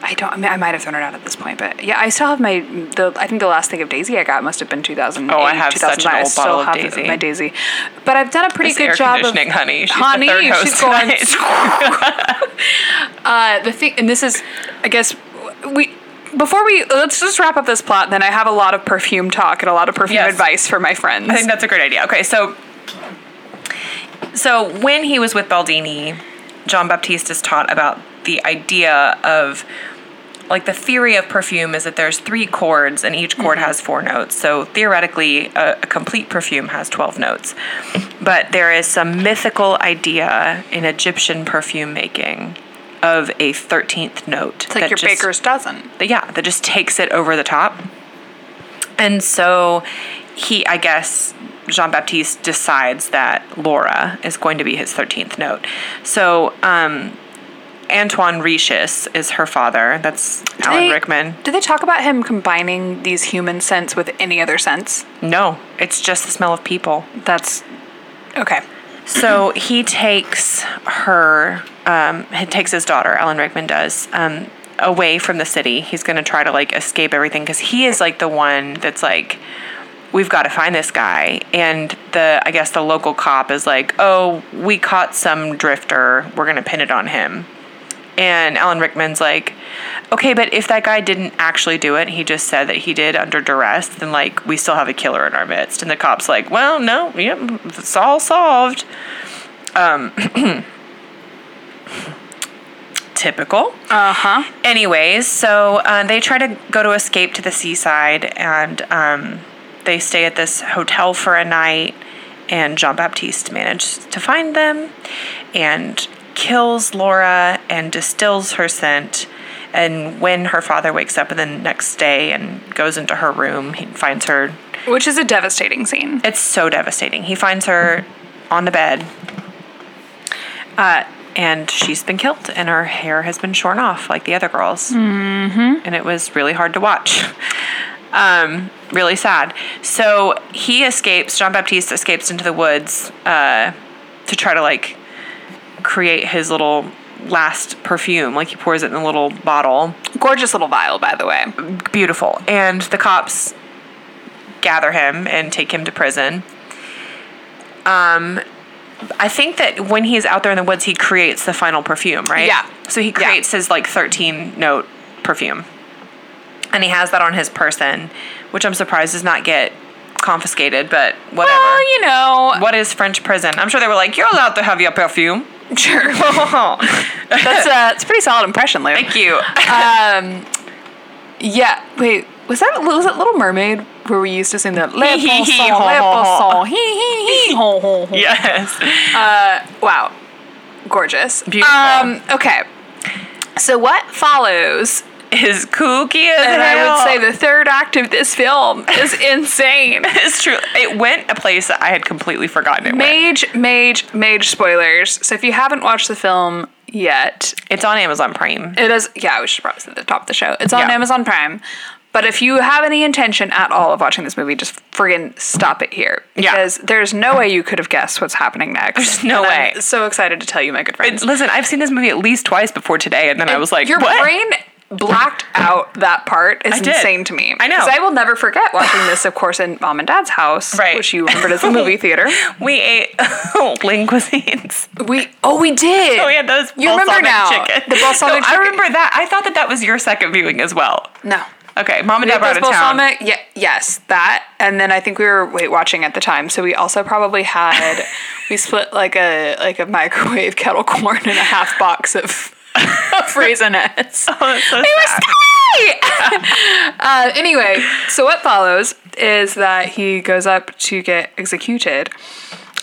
Speaker 2: I don't. I, mean, I might have thrown it out at this point, but yeah, I still have my. The I think the last thing of Daisy I got must have been 2000.
Speaker 1: Oh, I have such an old bottle of Daisy.
Speaker 2: My Daisy, but I've done a pretty
Speaker 1: This
Speaker 2: good
Speaker 1: air
Speaker 2: job of
Speaker 1: conditioning, honey. She's the
Speaker 2: honey,
Speaker 1: third host
Speaker 2: she's going. [laughs] uh, the thing, and this is, I guess, we. Before we let's just wrap up this plot, and then I have a lot of perfume talk and a lot of perfume
Speaker 1: Yes.
Speaker 2: advice for my friends.
Speaker 1: I think that's a great idea. Okay, so so when he was with Baldini, John Baptiste is taught about the idea of like the theory of perfume is that there's three chords and each chord
Speaker 2: Mm-hmm.
Speaker 1: has four notes. So theoretically, a, a complete perfume has 12 notes. But there is some mythical idea in Egyptian perfume making of a 13th note.
Speaker 2: it's like your baker's dozen.
Speaker 1: But yeah, that just takes it over the top. And so he, I guess, Jean Baptiste decides that Laura is going to be his 13th note. So, um, Antoine Richis is her father. That's Alan
Speaker 2: They-
Speaker 1: Rickman.
Speaker 2: Did they talk about him combining these human scents with any other scents?
Speaker 1: No, it's just the smell of people.
Speaker 2: That's okay.
Speaker 1: So he takes her, um, he takes his daughter, Ellen Rickman does, um, away from the city. He's going to try to like escape everything because he is like the one that's like, we've got to find this guy. And the, I guess the local cop is like, oh, we caught some drifter. We're going to pin it on him. And Alan Rickman's like, okay, but if that guy didn't actually do it, he just said that he did under duress, then like we still have a killer in our midst. And the cop's like, well, no, yep, it's all solved. Um, Typical.
Speaker 2: Uh huh.
Speaker 1: Anyways, so uh, they try to go to escape to the seaside and um, they stay at this hotel for a night. And Jean Baptiste manages to find them and kills Laura and distills her scent. And when her father wakes up the next day and goes into her room, he finds her.
Speaker 2: Which is a devastating scene.
Speaker 1: It's so devastating. He finds her on the bed. Uh, and she's been killed, and her hair has been shorn off like the other girls and it was really hard to watch. [laughs] Um, really sad. So he escapes. Jean Baptiste escapes into the woods uh, to try to like create his little last perfume. Like he pours it in a little bottle.
Speaker 2: Gorgeous little vial, by the way.
Speaker 1: Beautiful. And the cops gather him and take him to prison. Um, I think that when he's out there in the woods, he creates the final perfume, right?
Speaker 2: Yeah.
Speaker 1: So he
Speaker 2: Yeah.
Speaker 1: creates his like thirteen note perfume and he has that on his person, which I'm surprised does not get confiscated, but whatever.
Speaker 2: Well, Oh,
Speaker 1: [laughs]
Speaker 2: you know,
Speaker 1: what is French prison? I'm sure they were like, you're allowed to have your perfume. [laughs]
Speaker 2: sure. That's a, it's a pretty solid impression, Luke.
Speaker 1: Thank
Speaker 2: [laughs]
Speaker 1: you.
Speaker 2: Yeah. Wait. Was that was it Little Mermaid where we used to sing the
Speaker 1: Hee, hee, hee,
Speaker 2: song,
Speaker 1: ho, ho,
Speaker 2: little
Speaker 1: ho.
Speaker 2: song, hee hee hee ho ho ho.
Speaker 1: yes.
Speaker 2: Wow. Gorgeous.
Speaker 1: Beautiful.
Speaker 2: Um, okay. So what follows,
Speaker 1: Is kooky as
Speaker 2: and I
Speaker 1: hell.
Speaker 2: would say the third act of this film
Speaker 1: [laughs]
Speaker 2: is insane.
Speaker 1: it's true. It went a place that I had completely forgotten it went.
Speaker 2: Mage, mage, mage spoilers. So if you haven't watched the film yet,
Speaker 1: It's on Amazon Prime.
Speaker 2: It is. Yeah, we should probably say at the top of the show. It's on
Speaker 1: Yeah.
Speaker 2: Amazon Prime. But if you have any intention at all of watching this movie, just friggin' stop it here
Speaker 1: Yeah.
Speaker 2: because there's no way you could have guessed what's happening next.
Speaker 1: There's no
Speaker 2: And
Speaker 1: way.
Speaker 2: I'm so excited to tell you, my good friend.
Speaker 1: Listen, I've seen this movie at least twice before today, and then I was like,
Speaker 2: your
Speaker 1: what?
Speaker 2: brain blacked out that part. It's
Speaker 1: did.
Speaker 2: insane to me.
Speaker 1: I know.
Speaker 2: 'Cause I will never forget watching this, of course, in mom and dad's house,
Speaker 1: Right.
Speaker 2: which you remembered as
Speaker 1: [laughs]
Speaker 2: the movie theater.
Speaker 1: We ate [laughs] lean cuisines. [laughs]
Speaker 2: We oh we did.
Speaker 1: Oh yeah, those
Speaker 2: You remember
Speaker 1: balsamic
Speaker 2: now,
Speaker 1: chicken.
Speaker 2: the
Speaker 1: [laughs]
Speaker 2: balsamic
Speaker 1: No, I
Speaker 2: chicken.
Speaker 1: remember that. I thought that that was your second viewing as well.
Speaker 2: no.
Speaker 1: Okay, mom and
Speaker 2: We
Speaker 1: dad were out
Speaker 2: had
Speaker 1: of [laughs]
Speaker 2: those
Speaker 1: town.
Speaker 2: balsamic, yeah, yes, that. And then I think we were weight watching at the time, so we also
Speaker 1: [laughs]
Speaker 2: probably had we split like a like a microwave kettle corn and a half box of,
Speaker 1: [laughs]
Speaker 2: of raisinettes.
Speaker 1: Oh, that's so
Speaker 2: It was
Speaker 1: sad.
Speaker 2: scary! [laughs] uh, anyway, so what follows is that he goes up to get executed.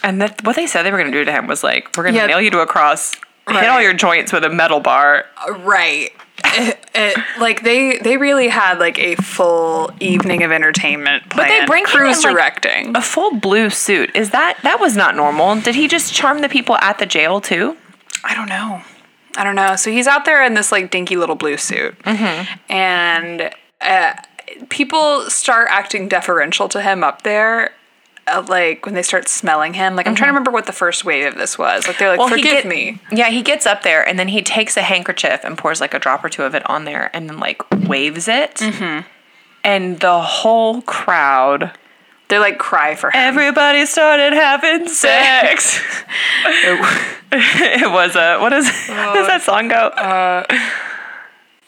Speaker 1: And that, what they said they were going to do to him was like, we're going to
Speaker 2: Yeah.
Speaker 1: nail you to a cross, hit
Speaker 2: Right.
Speaker 1: all your joints with a metal bar.
Speaker 2: Right. It- [laughs] it- like they they really had like a full evening of entertainment. Planned.
Speaker 1: they bring him
Speaker 2: Cruise
Speaker 1: in, like,
Speaker 2: directing.
Speaker 1: A full blue suit. Is that, that was not normal. Did he just charm the people at the jail too?
Speaker 2: I don't know. I don't know. So he's out there in this like dinky little blue suit, Mm-hmm. and uh, people start acting deferential to him up there. Uh, like when they start smelling him, like I'm trying to remember what the first wave of this was. Like they're like,
Speaker 1: he
Speaker 2: "Forgive
Speaker 1: get-
Speaker 2: me."
Speaker 1: Yeah, he gets up there and then he takes a handkerchief and pours like a drop or two of it on there and then like waves it. And the whole crowd,
Speaker 2: They like cry for him.
Speaker 1: everybody started [laughs] having sex. [laughs] it was a, what is, how does that song go?
Speaker 2: [laughs]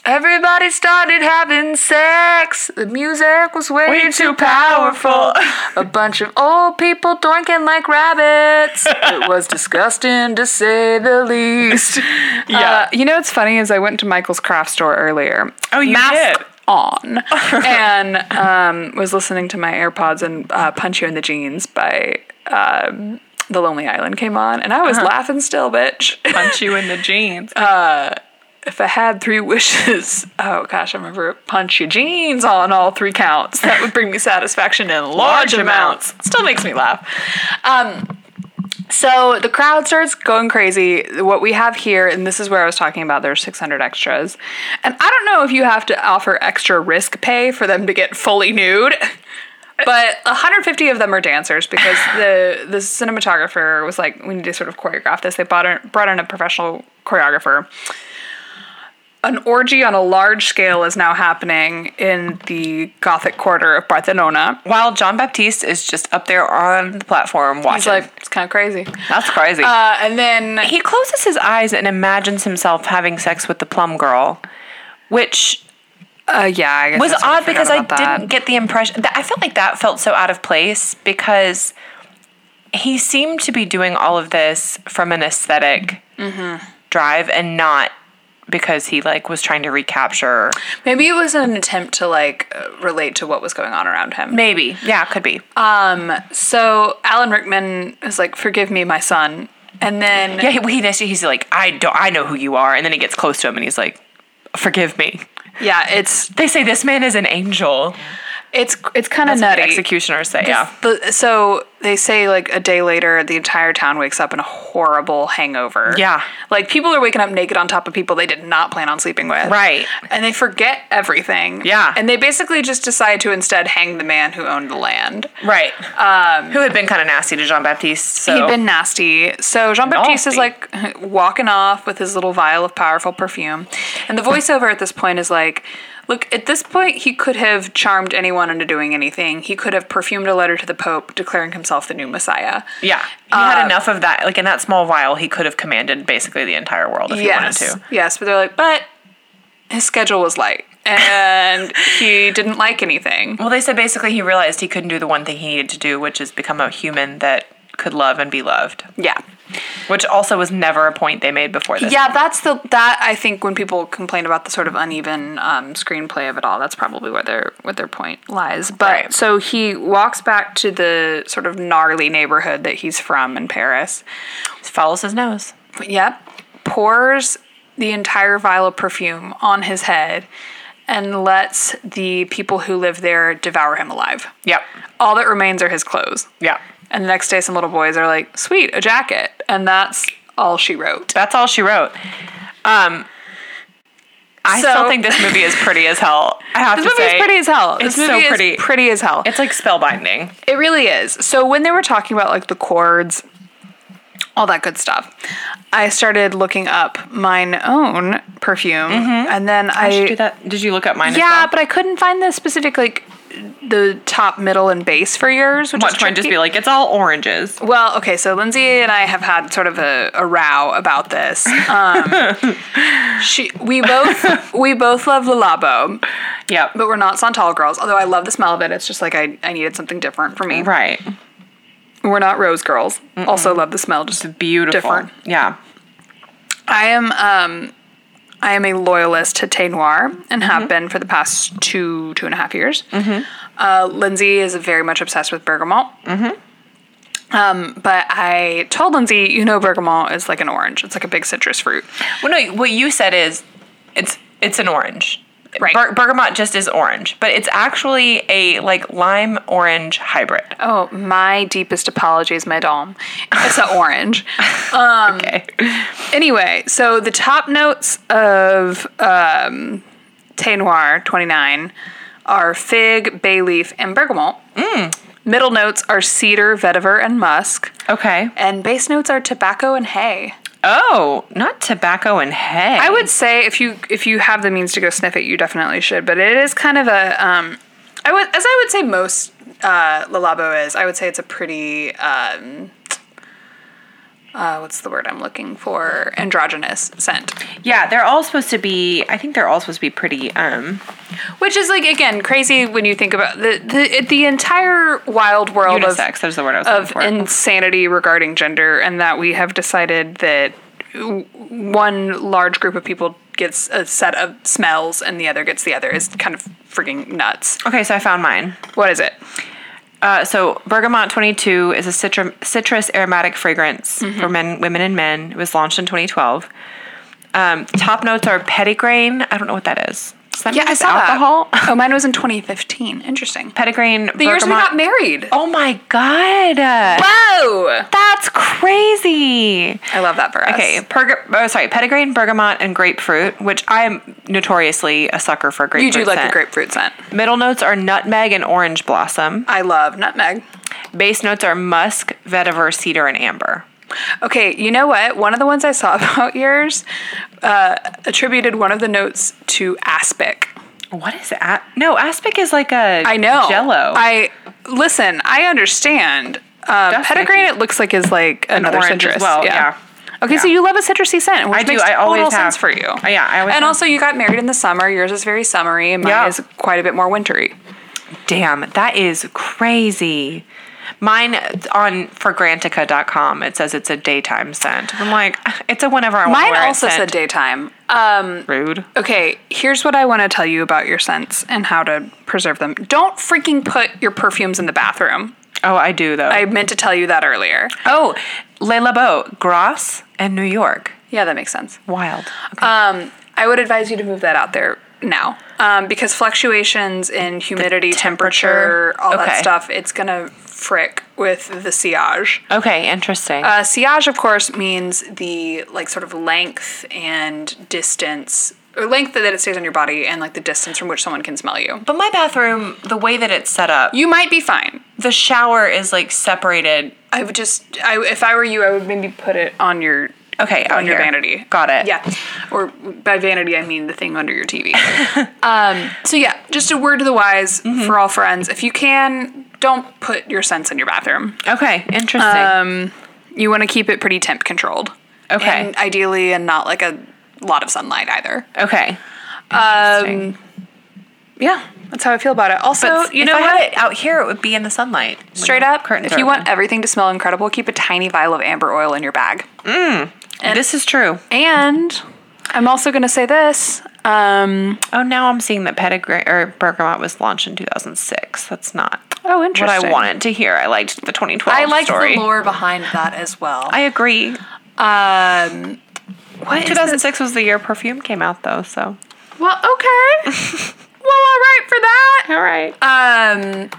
Speaker 2: Everybody started having sex. The music was way,
Speaker 1: Way
Speaker 2: too powerful. a bunch of old people doinking like rabbits. it was disgusting to say the least.
Speaker 1: [laughs] Yeah.
Speaker 2: Uh, you know what's funny is I went to Michael's craft store earlier.
Speaker 1: Oh, you
Speaker 2: mask
Speaker 1: did? [laughs]
Speaker 2: on, and um, was listening to my AirPods and uh, "Punch You in the Jeans" by um, The Lonely Island came on, and I was
Speaker 1: Uh-huh.
Speaker 2: laughing still, bitch.
Speaker 1: [laughs] punch you in the jeans.
Speaker 2: if I had three wishes, [laughs] oh gosh, I remember punch your jeans on all three counts. That would bring me satisfaction in large amounts. Still makes me laugh. Um, so the crowd starts going crazy. What we have here, and this is where I was talking about, there's 600 extras. And I don't know if you have to offer extra risk pay for them to get fully nude. But 150 of them are dancers [sighs] because the the cinematographer was like, we need to sort of choreograph this. They brought in, brought in a professional choreographer an orgy on a large scale is now happening in the Gothic quarter of Barcelona.
Speaker 1: While John Baptiste is just up there on the platform watching.
Speaker 2: It's like it's kind of crazy.
Speaker 1: That's crazy.
Speaker 2: Uh, and then
Speaker 1: he closes his eyes and imagines himself having sex with the plum girl, which
Speaker 2: uh, yeah, I guess
Speaker 1: was
Speaker 2: that's what
Speaker 1: odd because I
Speaker 2: forgot about that.
Speaker 1: didn't get the impression. That, I felt like that felt so out of place because he
Speaker 2: Mm-hmm.
Speaker 1: seemed to be doing all of this from an esthetic drive and not because he like was trying to recapture.
Speaker 2: Maybe it was an attempt to like uh, relate to what was going on around him. Um,
Speaker 1: Maybe, yeah, could be.
Speaker 2: Uh, So Alan Rickman is like, "Forgive me, my son," and then
Speaker 1: yeah, he, he initially- he's like, I don't, I know who you are, and then he gets close to him and he's like, forgive me.
Speaker 2: yeah, it's
Speaker 1: They say this man is an angel.
Speaker 2: it's it's kind of
Speaker 1: That's what
Speaker 2: nutty.
Speaker 1: the executioners say, yeah.
Speaker 2: But- so they say like a day later, the entire town wakes up in a horrible hangover.
Speaker 1: Yeah.
Speaker 2: like people are waking up naked on top of people they did not plan on sleeping with.
Speaker 1: Right.
Speaker 2: and they forget everything.
Speaker 1: Yeah.
Speaker 2: and they basically just decide to instead hang the man who owned the land.
Speaker 1: Right. Um, Who had been kind of nasty to Jean Baptiste. So.
Speaker 2: He'd been nasty. So Jean Baptiste is
Speaker 1: Nasty.
Speaker 2: like walking off with his little vial of powerful perfume. And the voiceover at this point is like, look, at this point, he could have charmed anyone into doing anything. He could have perfumed a letter to the Pope declaring himself the new Messiah.
Speaker 1: yeah. He
Speaker 2: Uh,
Speaker 1: had enough of that. Like in that small vial, he could have commanded basically the entire world if
Speaker 2: yes.
Speaker 1: he wanted to.
Speaker 2: Yes. But they're like, but his schedule was light and
Speaker 1: [laughs]
Speaker 2: he didn't like anything.
Speaker 1: Well, they said basically he realized he couldn't do the one thing he needed to do, which is become a human that could love and be loved,
Speaker 2: Yeah.
Speaker 1: which also was never a point they made before this.
Speaker 2: Yeah, that's the that I think when people complain about the sort of uneven um, screenplay of it all, that's probably where their where their point lies. But
Speaker 1: Right.
Speaker 2: so he walks back to the sort of gnarly neighborhood that he's from in Paris.
Speaker 1: Follows his nose.
Speaker 2: Yep, pours the entire vial of perfume on his head and lets the people who live there devour him alive.
Speaker 1: Yep.
Speaker 2: All that remains are his clothes.
Speaker 1: Yeah.
Speaker 2: And the next day, some little boys are like, "Sweet, a jacket," and that's all she wrote.
Speaker 1: That's all she wrote. Um, I
Speaker 2: So-
Speaker 1: still think this movie is pretty as hell. I have
Speaker 2: This
Speaker 1: to
Speaker 2: movie
Speaker 1: say.
Speaker 2: is pretty as hell.
Speaker 1: It's
Speaker 2: This movie
Speaker 1: so
Speaker 2: is
Speaker 1: pretty.
Speaker 2: pretty as hell.
Speaker 1: It's like spellbinding.
Speaker 2: It really is. So when they were talking about like the chords, all that good stuff, I started looking up mine own perfume, and then Mm-hmm. I,
Speaker 1: Did that? Did you look up mine? as
Speaker 2: yeah,
Speaker 1: well?
Speaker 2: but I couldn't find the specific like the top, middle, and base for yours, which
Speaker 1: At
Speaker 2: is
Speaker 1: one point, just
Speaker 2: tricky.
Speaker 1: be like, it's all oranges.
Speaker 2: Well, okay, so Lindsay and I have had sort of a, a row about this. Um, she, we both we both love Lalabo,
Speaker 1: Yep.
Speaker 2: but we're not Santal girls. Although I love the smell of it, it's just like I, I needed something different for me.
Speaker 1: right.
Speaker 2: We're not rose girls. Also love the smell. Just
Speaker 1: Beautiful.
Speaker 2: Different.
Speaker 1: Yeah.
Speaker 2: I am um I am a loyalist to Tay Noir and have been for the past two two and a half years. Uh, Lindsay is very much obsessed with bergamot. Um, but I told Lindsay, you know, bergamot is like an orange. It's like a big citrus fruit.
Speaker 1: Well, no. What you said is, it's it's an orange.
Speaker 2: Right.
Speaker 1: Ber- bergamot just is orange, but it's actually a like lime orange hybrid.
Speaker 2: Oh, my deepest apologies, madame. It's an orange.
Speaker 1: okay.
Speaker 2: Anyway, so the top notes of um, Thé Noir 29 are fig, bay leaf, and bergamot. Middle notes are cedar, vetiver, and musk.
Speaker 1: Okay.
Speaker 2: And base notes are tobacco and hay.
Speaker 1: Oh, not tobacco and hay.
Speaker 2: I would say if you if you have the means to go sniff it, you definitely should. But it is kind of a um, I would as I would say most uh, Lalabo is. I would say it's a pretty um, uh, what's the word I'm looking for? Androgynous scent.
Speaker 1: Yeah, they're all supposed to be. I think they're all supposed to be pretty. Um,
Speaker 2: Which is like again crazy when you think about the the, it- the entire wild world
Speaker 1: unisex. There's the word I was looking
Speaker 2: of
Speaker 1: for.
Speaker 2: of insanity regarding gender, and that we have decided that w- one large group of people gets a set of smells and the other gets the other is kind of freaking nuts.
Speaker 1: okay, so I found mine.
Speaker 2: What is it?
Speaker 1: Uh, so bergamot 22 is a citru- citrus aromatic fragrance for men, women, and men. It was launched in 2012. Um, top notes are pettigrain. I don't know what that is. Does that mean it's [laughs] alcohol?
Speaker 2: that. Oh, mine was in 2015. Interesting.
Speaker 1: Pettigrain.
Speaker 2: The years we got married.
Speaker 1: Oh my god,
Speaker 2: Whoa!
Speaker 1: that's crazy.
Speaker 2: I love that for us.
Speaker 1: Okay, perg- oh, sorry, pettigrain, bergamot, and grapefruit, which I'm notoriously a sucker for
Speaker 2: you
Speaker 1: grapefruit.
Speaker 2: do like a
Speaker 1: scent.
Speaker 2: grapefruit scent.
Speaker 1: Middle notes are nutmeg and orange blossom.
Speaker 2: I love nutmeg.
Speaker 1: Base notes are musk, vetiver, cedar, and amber.
Speaker 2: Okay, you know what? One of the ones I saw [laughs] about yours uh, attributed one of the notes to aspic.
Speaker 1: What is that? No, aspic is like a
Speaker 2: I know.
Speaker 1: Jello.
Speaker 2: I listen. I understand. Uh,
Speaker 1: That's
Speaker 2: pettigrain.
Speaker 1: icky.
Speaker 2: It looks like is like another
Speaker 1: orange as
Speaker 2: citrus.
Speaker 1: well,
Speaker 2: Okay, so
Speaker 1: Yeah.
Speaker 2: you love a citrusy scent, which
Speaker 1: I do.
Speaker 2: makes
Speaker 1: I always
Speaker 2: total
Speaker 1: have.
Speaker 2: sense for you.
Speaker 1: Uh, yeah, I always have.
Speaker 2: And also, you got married in the summer. Yours is very summery, and mine
Speaker 1: Yeah.
Speaker 2: is quite a bit more wintry.
Speaker 1: Damn, that is crazy. Mine on forgrantica.com, it says it's a daytime scent. I'm like, it's a whenever I want to
Speaker 2: Mine
Speaker 1: wear it
Speaker 2: also said
Speaker 1: scent.
Speaker 2: daytime. Um,
Speaker 1: Rude.
Speaker 2: Okay, here's what I want to tell you about your scents and how to preserve them. Don't freaking put your perfumes in the bathroom.
Speaker 1: Oh, I do though.
Speaker 2: I meant to tell you that earlier.
Speaker 1: oh, Le Labo, Grasse, and New York.
Speaker 2: Yeah, that makes sense.
Speaker 1: Wild.
Speaker 2: Um, I would advise you to move that out there now um, because fluctuations in humidity, temperature,
Speaker 1: temperature?
Speaker 2: all that
Speaker 1: Okay.
Speaker 2: stuff, it's going to frick with the sillage.
Speaker 1: Okay, interesting.
Speaker 2: Uh, sillage, of course, means the like sort of length and distance or length that it stays on your body and like the distance from which someone can smell you.
Speaker 1: but my bathroom, the way that it's set up,
Speaker 2: You might be fine.
Speaker 1: the shower is like separated.
Speaker 2: I would just, I, if I were you, I would maybe put it on your
Speaker 1: Okay, out
Speaker 2: on your
Speaker 1: here.
Speaker 2: vanity.
Speaker 1: Got it.
Speaker 2: Yeah, or by vanity I mean the thing under your [laughs] TV. um, so yeah, just a word to the wise for all friends. If you can, don't put your scents in your bathroom.
Speaker 1: Okay, interesting.
Speaker 2: Um, You want to keep it pretty temp controlled.
Speaker 1: Okay.
Speaker 2: And ideally, and not like a lot of sunlight either.
Speaker 1: okay.
Speaker 2: Um, yeah, that's how I feel about it. Also, you
Speaker 1: if
Speaker 2: know
Speaker 1: I
Speaker 2: what?
Speaker 1: had it out here, it would be in the sunlight.
Speaker 2: Straight up,
Speaker 1: curtains
Speaker 2: if
Speaker 1: are
Speaker 2: you want
Speaker 1: open.
Speaker 2: everything to smell incredible, keep a tiny vial of amber oil in your bag.
Speaker 1: this is true.
Speaker 2: And I'm also going to say this. Um,
Speaker 1: Oh, now I'm seeing that Pettigrew or Bergamot was launched in 2006. That's not
Speaker 2: oh,
Speaker 1: what
Speaker 2: interesting.
Speaker 1: I wanted to hear. I liked the 2012
Speaker 2: I like
Speaker 1: story.
Speaker 2: the lore behind that as well.
Speaker 1: I agree.
Speaker 2: um, what is
Speaker 1: 2006 was the year Perfume came out, though. So
Speaker 2: this? Well,
Speaker 1: [laughs]
Speaker 2: okay. well, all right for that.
Speaker 1: all right,
Speaker 2: Um,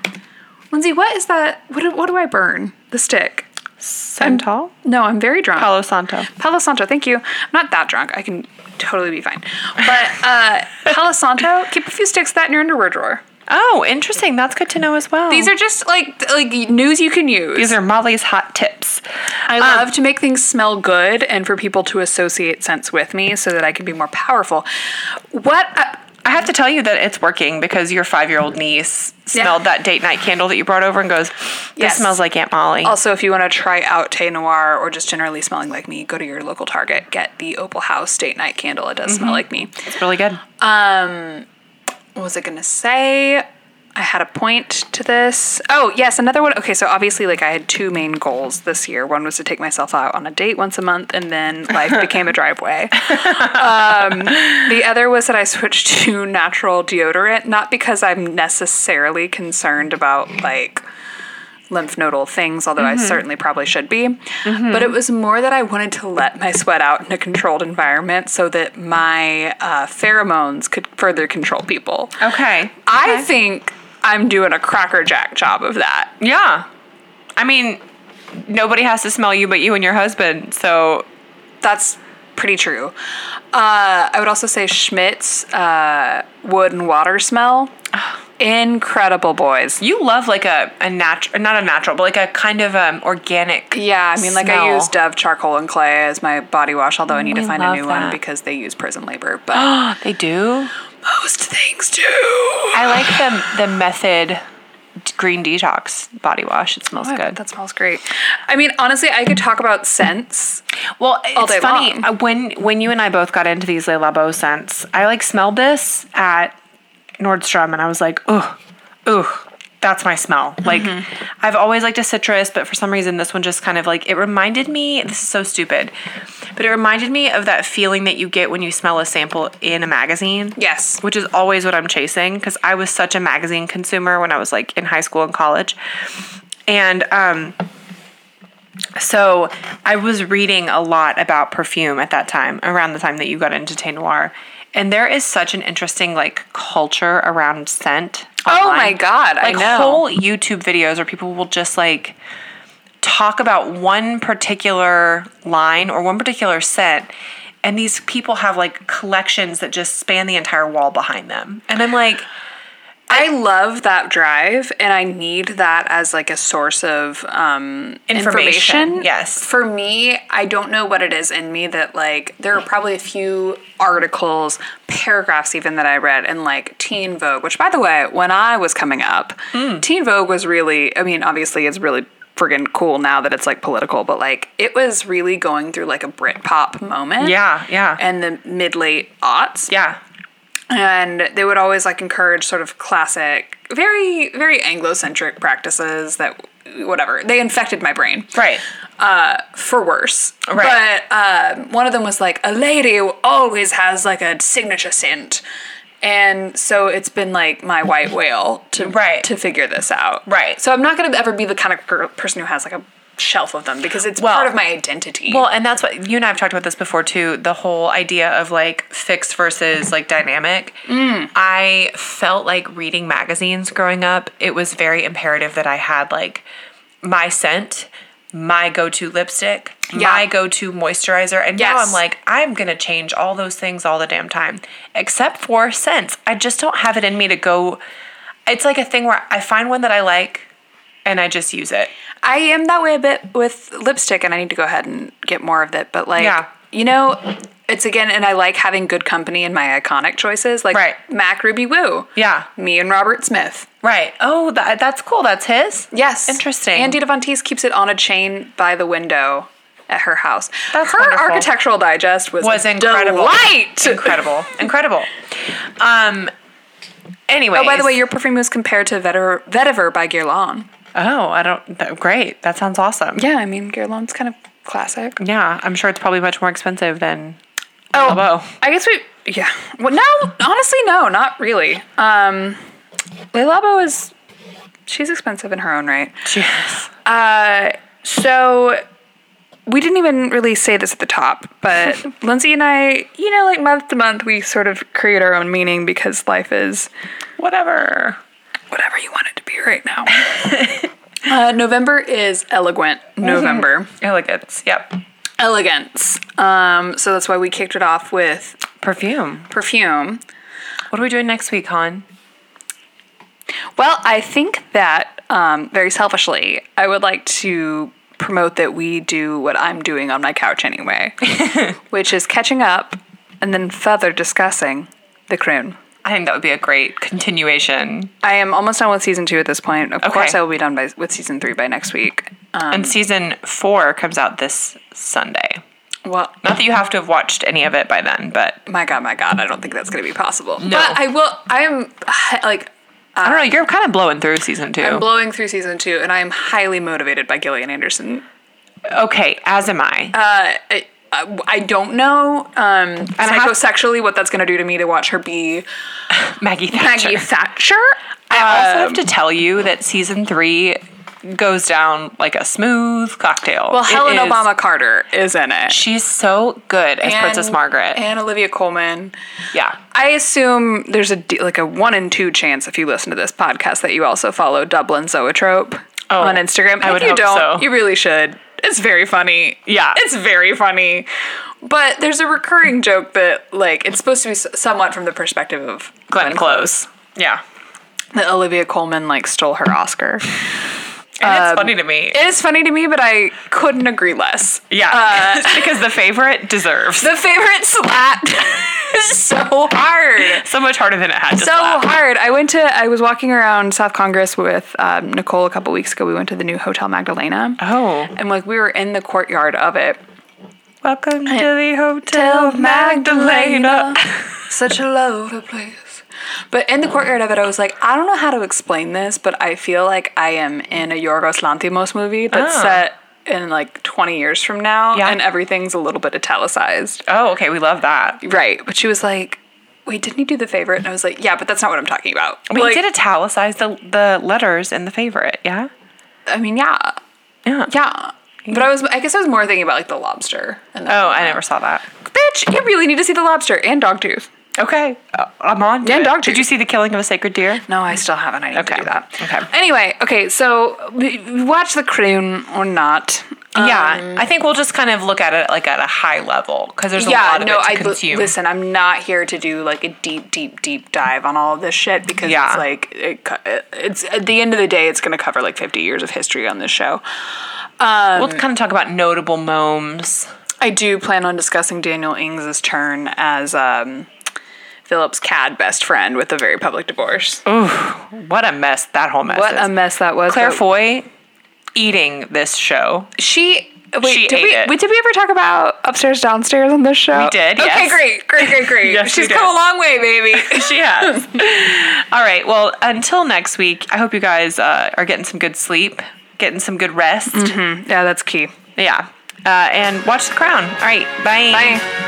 Speaker 2: Lindsay, what is that? What do, what do I burn? The stick.
Speaker 1: Santal,
Speaker 2: No, I'm very drunk.
Speaker 1: Palo Santo.
Speaker 2: Palo Santo, thank you. I'm not that drunk. I can totally be fine. But uh, Palo Santo, keep a few sticks of that in your underwear drawer.
Speaker 1: Oh, interesting. That's good to know as well.
Speaker 2: These are just like t- like news you can use.
Speaker 1: these are Molly's hot tips. Um,
Speaker 2: I love to make things smell good and for people to associate scents with me so that I can be more powerful. What uh, I,
Speaker 1: I have to tell you that it's working because your five-year-old niece smelled that date night candle that you brought over and goes, "This
Speaker 2: Yes.
Speaker 1: smells like Aunt Molly."
Speaker 2: also if you want to try out Te Noir or just generally smelling like me, go to your local Target, get the Opal House date night candle. It does smell like me.
Speaker 1: it's really good.
Speaker 2: What was I going to say? I had a point to this. Oh, yes, another one. Okay, so obviously like I had two main goals this year. One was to take myself out on a date once a month and then life became a driveway. Um, The other was that I switched to natural deodorant, not because I'm necessarily concerned about like lymph nodal things, although
Speaker 1: Mm-hmm.
Speaker 2: I certainly probably should be. But it was more that I wanted to let my sweat out in a controlled environment so that my uh, pheromones could further control people.
Speaker 1: okay.
Speaker 2: I think I'm doing a crackerjack job of that.
Speaker 1: Yeah. I mean, nobody has to smell you but you and your husband. So,
Speaker 2: that's pretty true. Uh, I would also say Schmidt's uh, wood and water smell. Incredible, boys.
Speaker 1: you love like a, a natural, not a natural, but like a kind of um, organic.
Speaker 2: Yeah, I mean, like I
Speaker 1: Smell.
Speaker 2: use Dove charcoal and clay as my body wash, although I need to
Speaker 1: We
Speaker 2: find a
Speaker 1: love
Speaker 2: new one
Speaker 1: that.
Speaker 2: because they use prison labor. But
Speaker 1: They do.
Speaker 2: most things do. I
Speaker 1: I like the, the method d- green detox body wash. It smells
Speaker 2: love
Speaker 1: good.
Speaker 2: That smells great. I mean, honestly, I could talk about scents.
Speaker 1: Well, it's
Speaker 2: day
Speaker 1: funny
Speaker 2: long.
Speaker 1: uh, when when you and I both got into these Le Labo scents. I like smelled this at Nordstrom, and I was like, ugh, ugh, that's my smell.
Speaker 2: Mm-hmm.
Speaker 1: Like, I've always liked a citrus, but for some reason, this one just kind of like it reminded me. This is so stupid, but it reminded me of that feeling that you get when you smell a sample in a magazine.
Speaker 2: Yes.
Speaker 1: Which is always what I'm chasing because I was such a magazine consumer when I was like in high school and college. And um, so I was reading a lot about perfume at that time, around the time that you got into Te Noir. And there is such an interesting like culture around scent.
Speaker 2: Oh
Speaker 1: online.
Speaker 2: my God, I
Speaker 1: Like
Speaker 2: know.
Speaker 1: whole YouTube videos where people will just like talk about one particular line or one particular scent and these people have like collections that just span the entire wall behind them and i'm like
Speaker 2: I love that drive, and I need that as like a source of um, information.
Speaker 1: Information, yes.
Speaker 2: For me, I don't know what it is in me that like there are probably a few articles, paragraphs even that I read in like Teen Vogue. Which, by the way, when I was coming up,
Speaker 1: Hmm.
Speaker 2: Teen Vogue was really. I mean, obviously, it's really friggin' cool now that it's like political, but like it was really going through like a Britpop moment.
Speaker 1: yeah yeah
Speaker 2: And the mid late aughts
Speaker 1: yeah
Speaker 2: and they would always like encourage sort of classic very very anglocentric practices that whatever. They infected my brain Uh,
Speaker 1: Right.
Speaker 2: for worse.
Speaker 1: Right.
Speaker 2: But um, one of them was like a lady who always has like a signature scent, and so it's been like my white whale to
Speaker 1: Right.
Speaker 2: to figure this out.
Speaker 1: Right.
Speaker 2: So I'm not gonna ever be the kind of girl, person who has like a shelf of them because it's
Speaker 1: Well-
Speaker 2: part of my identity.
Speaker 1: Well, and that's what you and I have talked about this before too. The whole idea of like fixed versus like dynamic.
Speaker 2: Mm.
Speaker 1: I felt like reading magazines growing up. It was very imperative that I had like my scent, my go-to lipstick,
Speaker 2: Yeah.
Speaker 1: my go-to moisturizer, and now
Speaker 2: Yes.
Speaker 1: I'm like I'm gonna change all those things all the damn time, except for scents. I just don't have it in me to go. It's like a thing where I find one that I like, and I just use it.
Speaker 2: I am that way a bit with lipstick, and I need to go ahead and get more of it. But like,
Speaker 1: Yeah.
Speaker 2: you know, it's again, and I like having good company in my iconic choices, like
Speaker 1: Right.
Speaker 2: Mac Ruby Woo,
Speaker 1: Yeah.
Speaker 2: me and Robert Smith.
Speaker 1: Right. Oh, that, that's cool. That's his.
Speaker 2: Yes,
Speaker 1: Interesting.
Speaker 2: Andy Devontees keeps it on a chain by the window at her house.
Speaker 1: That's
Speaker 2: her
Speaker 1: wonderful.
Speaker 2: architectural digest was
Speaker 1: was
Speaker 2: a
Speaker 1: incredible.
Speaker 2: Delight.
Speaker 1: Incredible. Incredible. Um. Anyway.
Speaker 2: Oh, by the way, your perfume was compared to Vetiver, Vetiver by Guerlain.
Speaker 1: Oh, I don't. That, great. That sounds awesome.
Speaker 2: Yeah, I mean Guerlain's kind of classic.
Speaker 1: Yeah, I'm sure it's probably much more expensive than.
Speaker 2: Oh,
Speaker 1: Hello.
Speaker 2: I guess we. Yeah. Well, no, honestly, no, not really. Um, Leilabo is. She's expensive in her own right. Uh,
Speaker 1: Yes.
Speaker 2: So we didn't even really say this at the top, but Lindsay and I, you know, like month to month, we sort of create our own meaning because life is
Speaker 1: Whatever.
Speaker 2: whatever you want it to be right now. uh, November is eloquent November.
Speaker 1: Elegance. Yep.
Speaker 2: Elegance. Um, so that's why we kicked it off with
Speaker 1: Perfume.
Speaker 2: perfume.
Speaker 1: What are we doing next week, hon?
Speaker 2: Well, I think that um, very selfishly, I would like to promote that we do what I'm doing on my couch anyway, which is catching up and then further discussing the croon.
Speaker 1: I think that would be a great continuation.
Speaker 2: I am almost done with season two at this point. Of course,
Speaker 1: Okay.
Speaker 2: I will be done by, with season three by next week. Um,
Speaker 1: and season four comes out this Sunday.
Speaker 2: well,
Speaker 1: Not that you have to have watched any of it by then, but
Speaker 2: my God, my God, I don't think that's going to be possible. But I will, I am [sighs] like,
Speaker 1: I don't know. You're kind of blowing through season 2
Speaker 2: I'm blowing through season two and I am highly motivated by Gillian Anderson.
Speaker 1: okay, as am I.
Speaker 2: Uh, I, I I don't know um,
Speaker 1: I have-
Speaker 2: psychosexually what that's going to do to me to watch her be
Speaker 1: Maggie Thatcher.
Speaker 2: Maggie Thatcher.
Speaker 1: I also have to tell you that season three goes down like a smooth cocktail.
Speaker 2: Well,
Speaker 1: It
Speaker 2: Helen
Speaker 1: is-
Speaker 2: Obama Carter is in it.
Speaker 1: She's so good as Princess
Speaker 2: And-
Speaker 1: Margaret.
Speaker 2: and Olivia Coleman.
Speaker 1: yeah.
Speaker 2: I assume there's a d- like a one in two chance if you listen to this podcast that you also follow Dublin Zoetrope
Speaker 1: Oh,
Speaker 2: on Instagram.
Speaker 1: I
Speaker 2: if
Speaker 1: would
Speaker 2: you
Speaker 1: hope
Speaker 2: don't,
Speaker 1: so.
Speaker 2: you really should. It's very funny.
Speaker 1: Yeah.
Speaker 2: it's very funny. But there's a recurring joke that like it's supposed to be s- somewhat from the perspective of
Speaker 1: Glenn Close. Yeah.
Speaker 2: that Olivia Coleman like stole her Oscar.
Speaker 1: And it's funny to me.
Speaker 2: It is funny to me, but I couldn't agree less.
Speaker 1: [laughs] yeah. because the favorite deserves
Speaker 2: The favorite slapped [laughs] so
Speaker 1: [laughs]
Speaker 2: hard.
Speaker 1: so much harder than it had to
Speaker 2: So
Speaker 1: slap.
Speaker 2: hard. I went to, I was walking around South Congress with um, Nicole a couple weeks ago. We went to the new Hotel Magdalena.
Speaker 1: Oh.
Speaker 2: And like we were in the courtyard of it.
Speaker 1: Welcome to the Hotel Magdalena.
Speaker 2: Such a lovely place. But in the courtyard of it, I was like, I don't know how to explain this, but I feel like I am in a Yorgos Lanthimos movie that's
Speaker 1: Oh.
Speaker 2: set in like 20 years from now,
Speaker 1: Yeah.
Speaker 2: and everything's a little bit italicized.
Speaker 1: Oh, okay. We love that.
Speaker 2: Right. But she was like, wait, didn't he do the favorite? And I was like, yeah, but that's not what I'm talking about.
Speaker 1: We
Speaker 2: Like,
Speaker 1: did italicize the, the letters in the favorite. Yeah.
Speaker 2: I mean, yeah.
Speaker 1: Yeah.
Speaker 2: Yeah. But I was, I guess I was more thinking about like the lobster. And the,
Speaker 1: Oh, I never saw that.
Speaker 2: bitch, you really need to see the lobster and Dogtooth.
Speaker 1: Okay, uh, I'm on. to
Speaker 2: And
Speaker 1: it.
Speaker 2: dog
Speaker 1: Did
Speaker 2: treats.
Speaker 1: you see the killing of a sacred deer?
Speaker 2: No, I still haven't. I need
Speaker 1: Okay.
Speaker 2: to do that.
Speaker 1: Okay.
Speaker 2: Anyway, okay, so w- w- watch The Croon or not. Um,
Speaker 1: yeah, I think we'll just kind of look at it like at a high level because there's a
Speaker 2: Yeah,
Speaker 1: lot of
Speaker 2: no,
Speaker 1: it to
Speaker 2: I
Speaker 1: consume.
Speaker 2: listen. I'm not here to do like a deep, deep, deep dive on all of this shit because
Speaker 1: Yeah.
Speaker 2: it's like it, co- it's at the end of the day, it's going to cover like 50 years of history on this show. Um,
Speaker 1: we'll kind of talk about notable moms.
Speaker 2: I do plan on discussing Daniel Ings's turn as um, Philip's cad best friend with a very public divorce.
Speaker 1: What a mess that whole mess.
Speaker 2: what
Speaker 1: is.
Speaker 2: a mess that was.
Speaker 1: Claire
Speaker 2: but
Speaker 1: Foy eating this
Speaker 2: [laughs]
Speaker 1: show.
Speaker 2: She. Wait,
Speaker 1: She
Speaker 2: did
Speaker 1: ate
Speaker 2: we
Speaker 1: it.
Speaker 2: wait, did we ever talk about upstairs downstairs on this show?
Speaker 1: We did,
Speaker 2: Okay,
Speaker 1: yes.
Speaker 2: great, great, great, great.
Speaker 1: Yes, we
Speaker 2: She's
Speaker 1: did.
Speaker 2: come a long
Speaker 1: [laughs]
Speaker 2: way, baby.
Speaker 1: She has. All right. Well, until next week, I hope you guys uh, are getting some good sleep. getting some good rest.
Speaker 2: Mm-hmm. Yeah, that's key.
Speaker 1: Yeah. Uh, and watch The Crown. All right. Bye.
Speaker 2: Bye.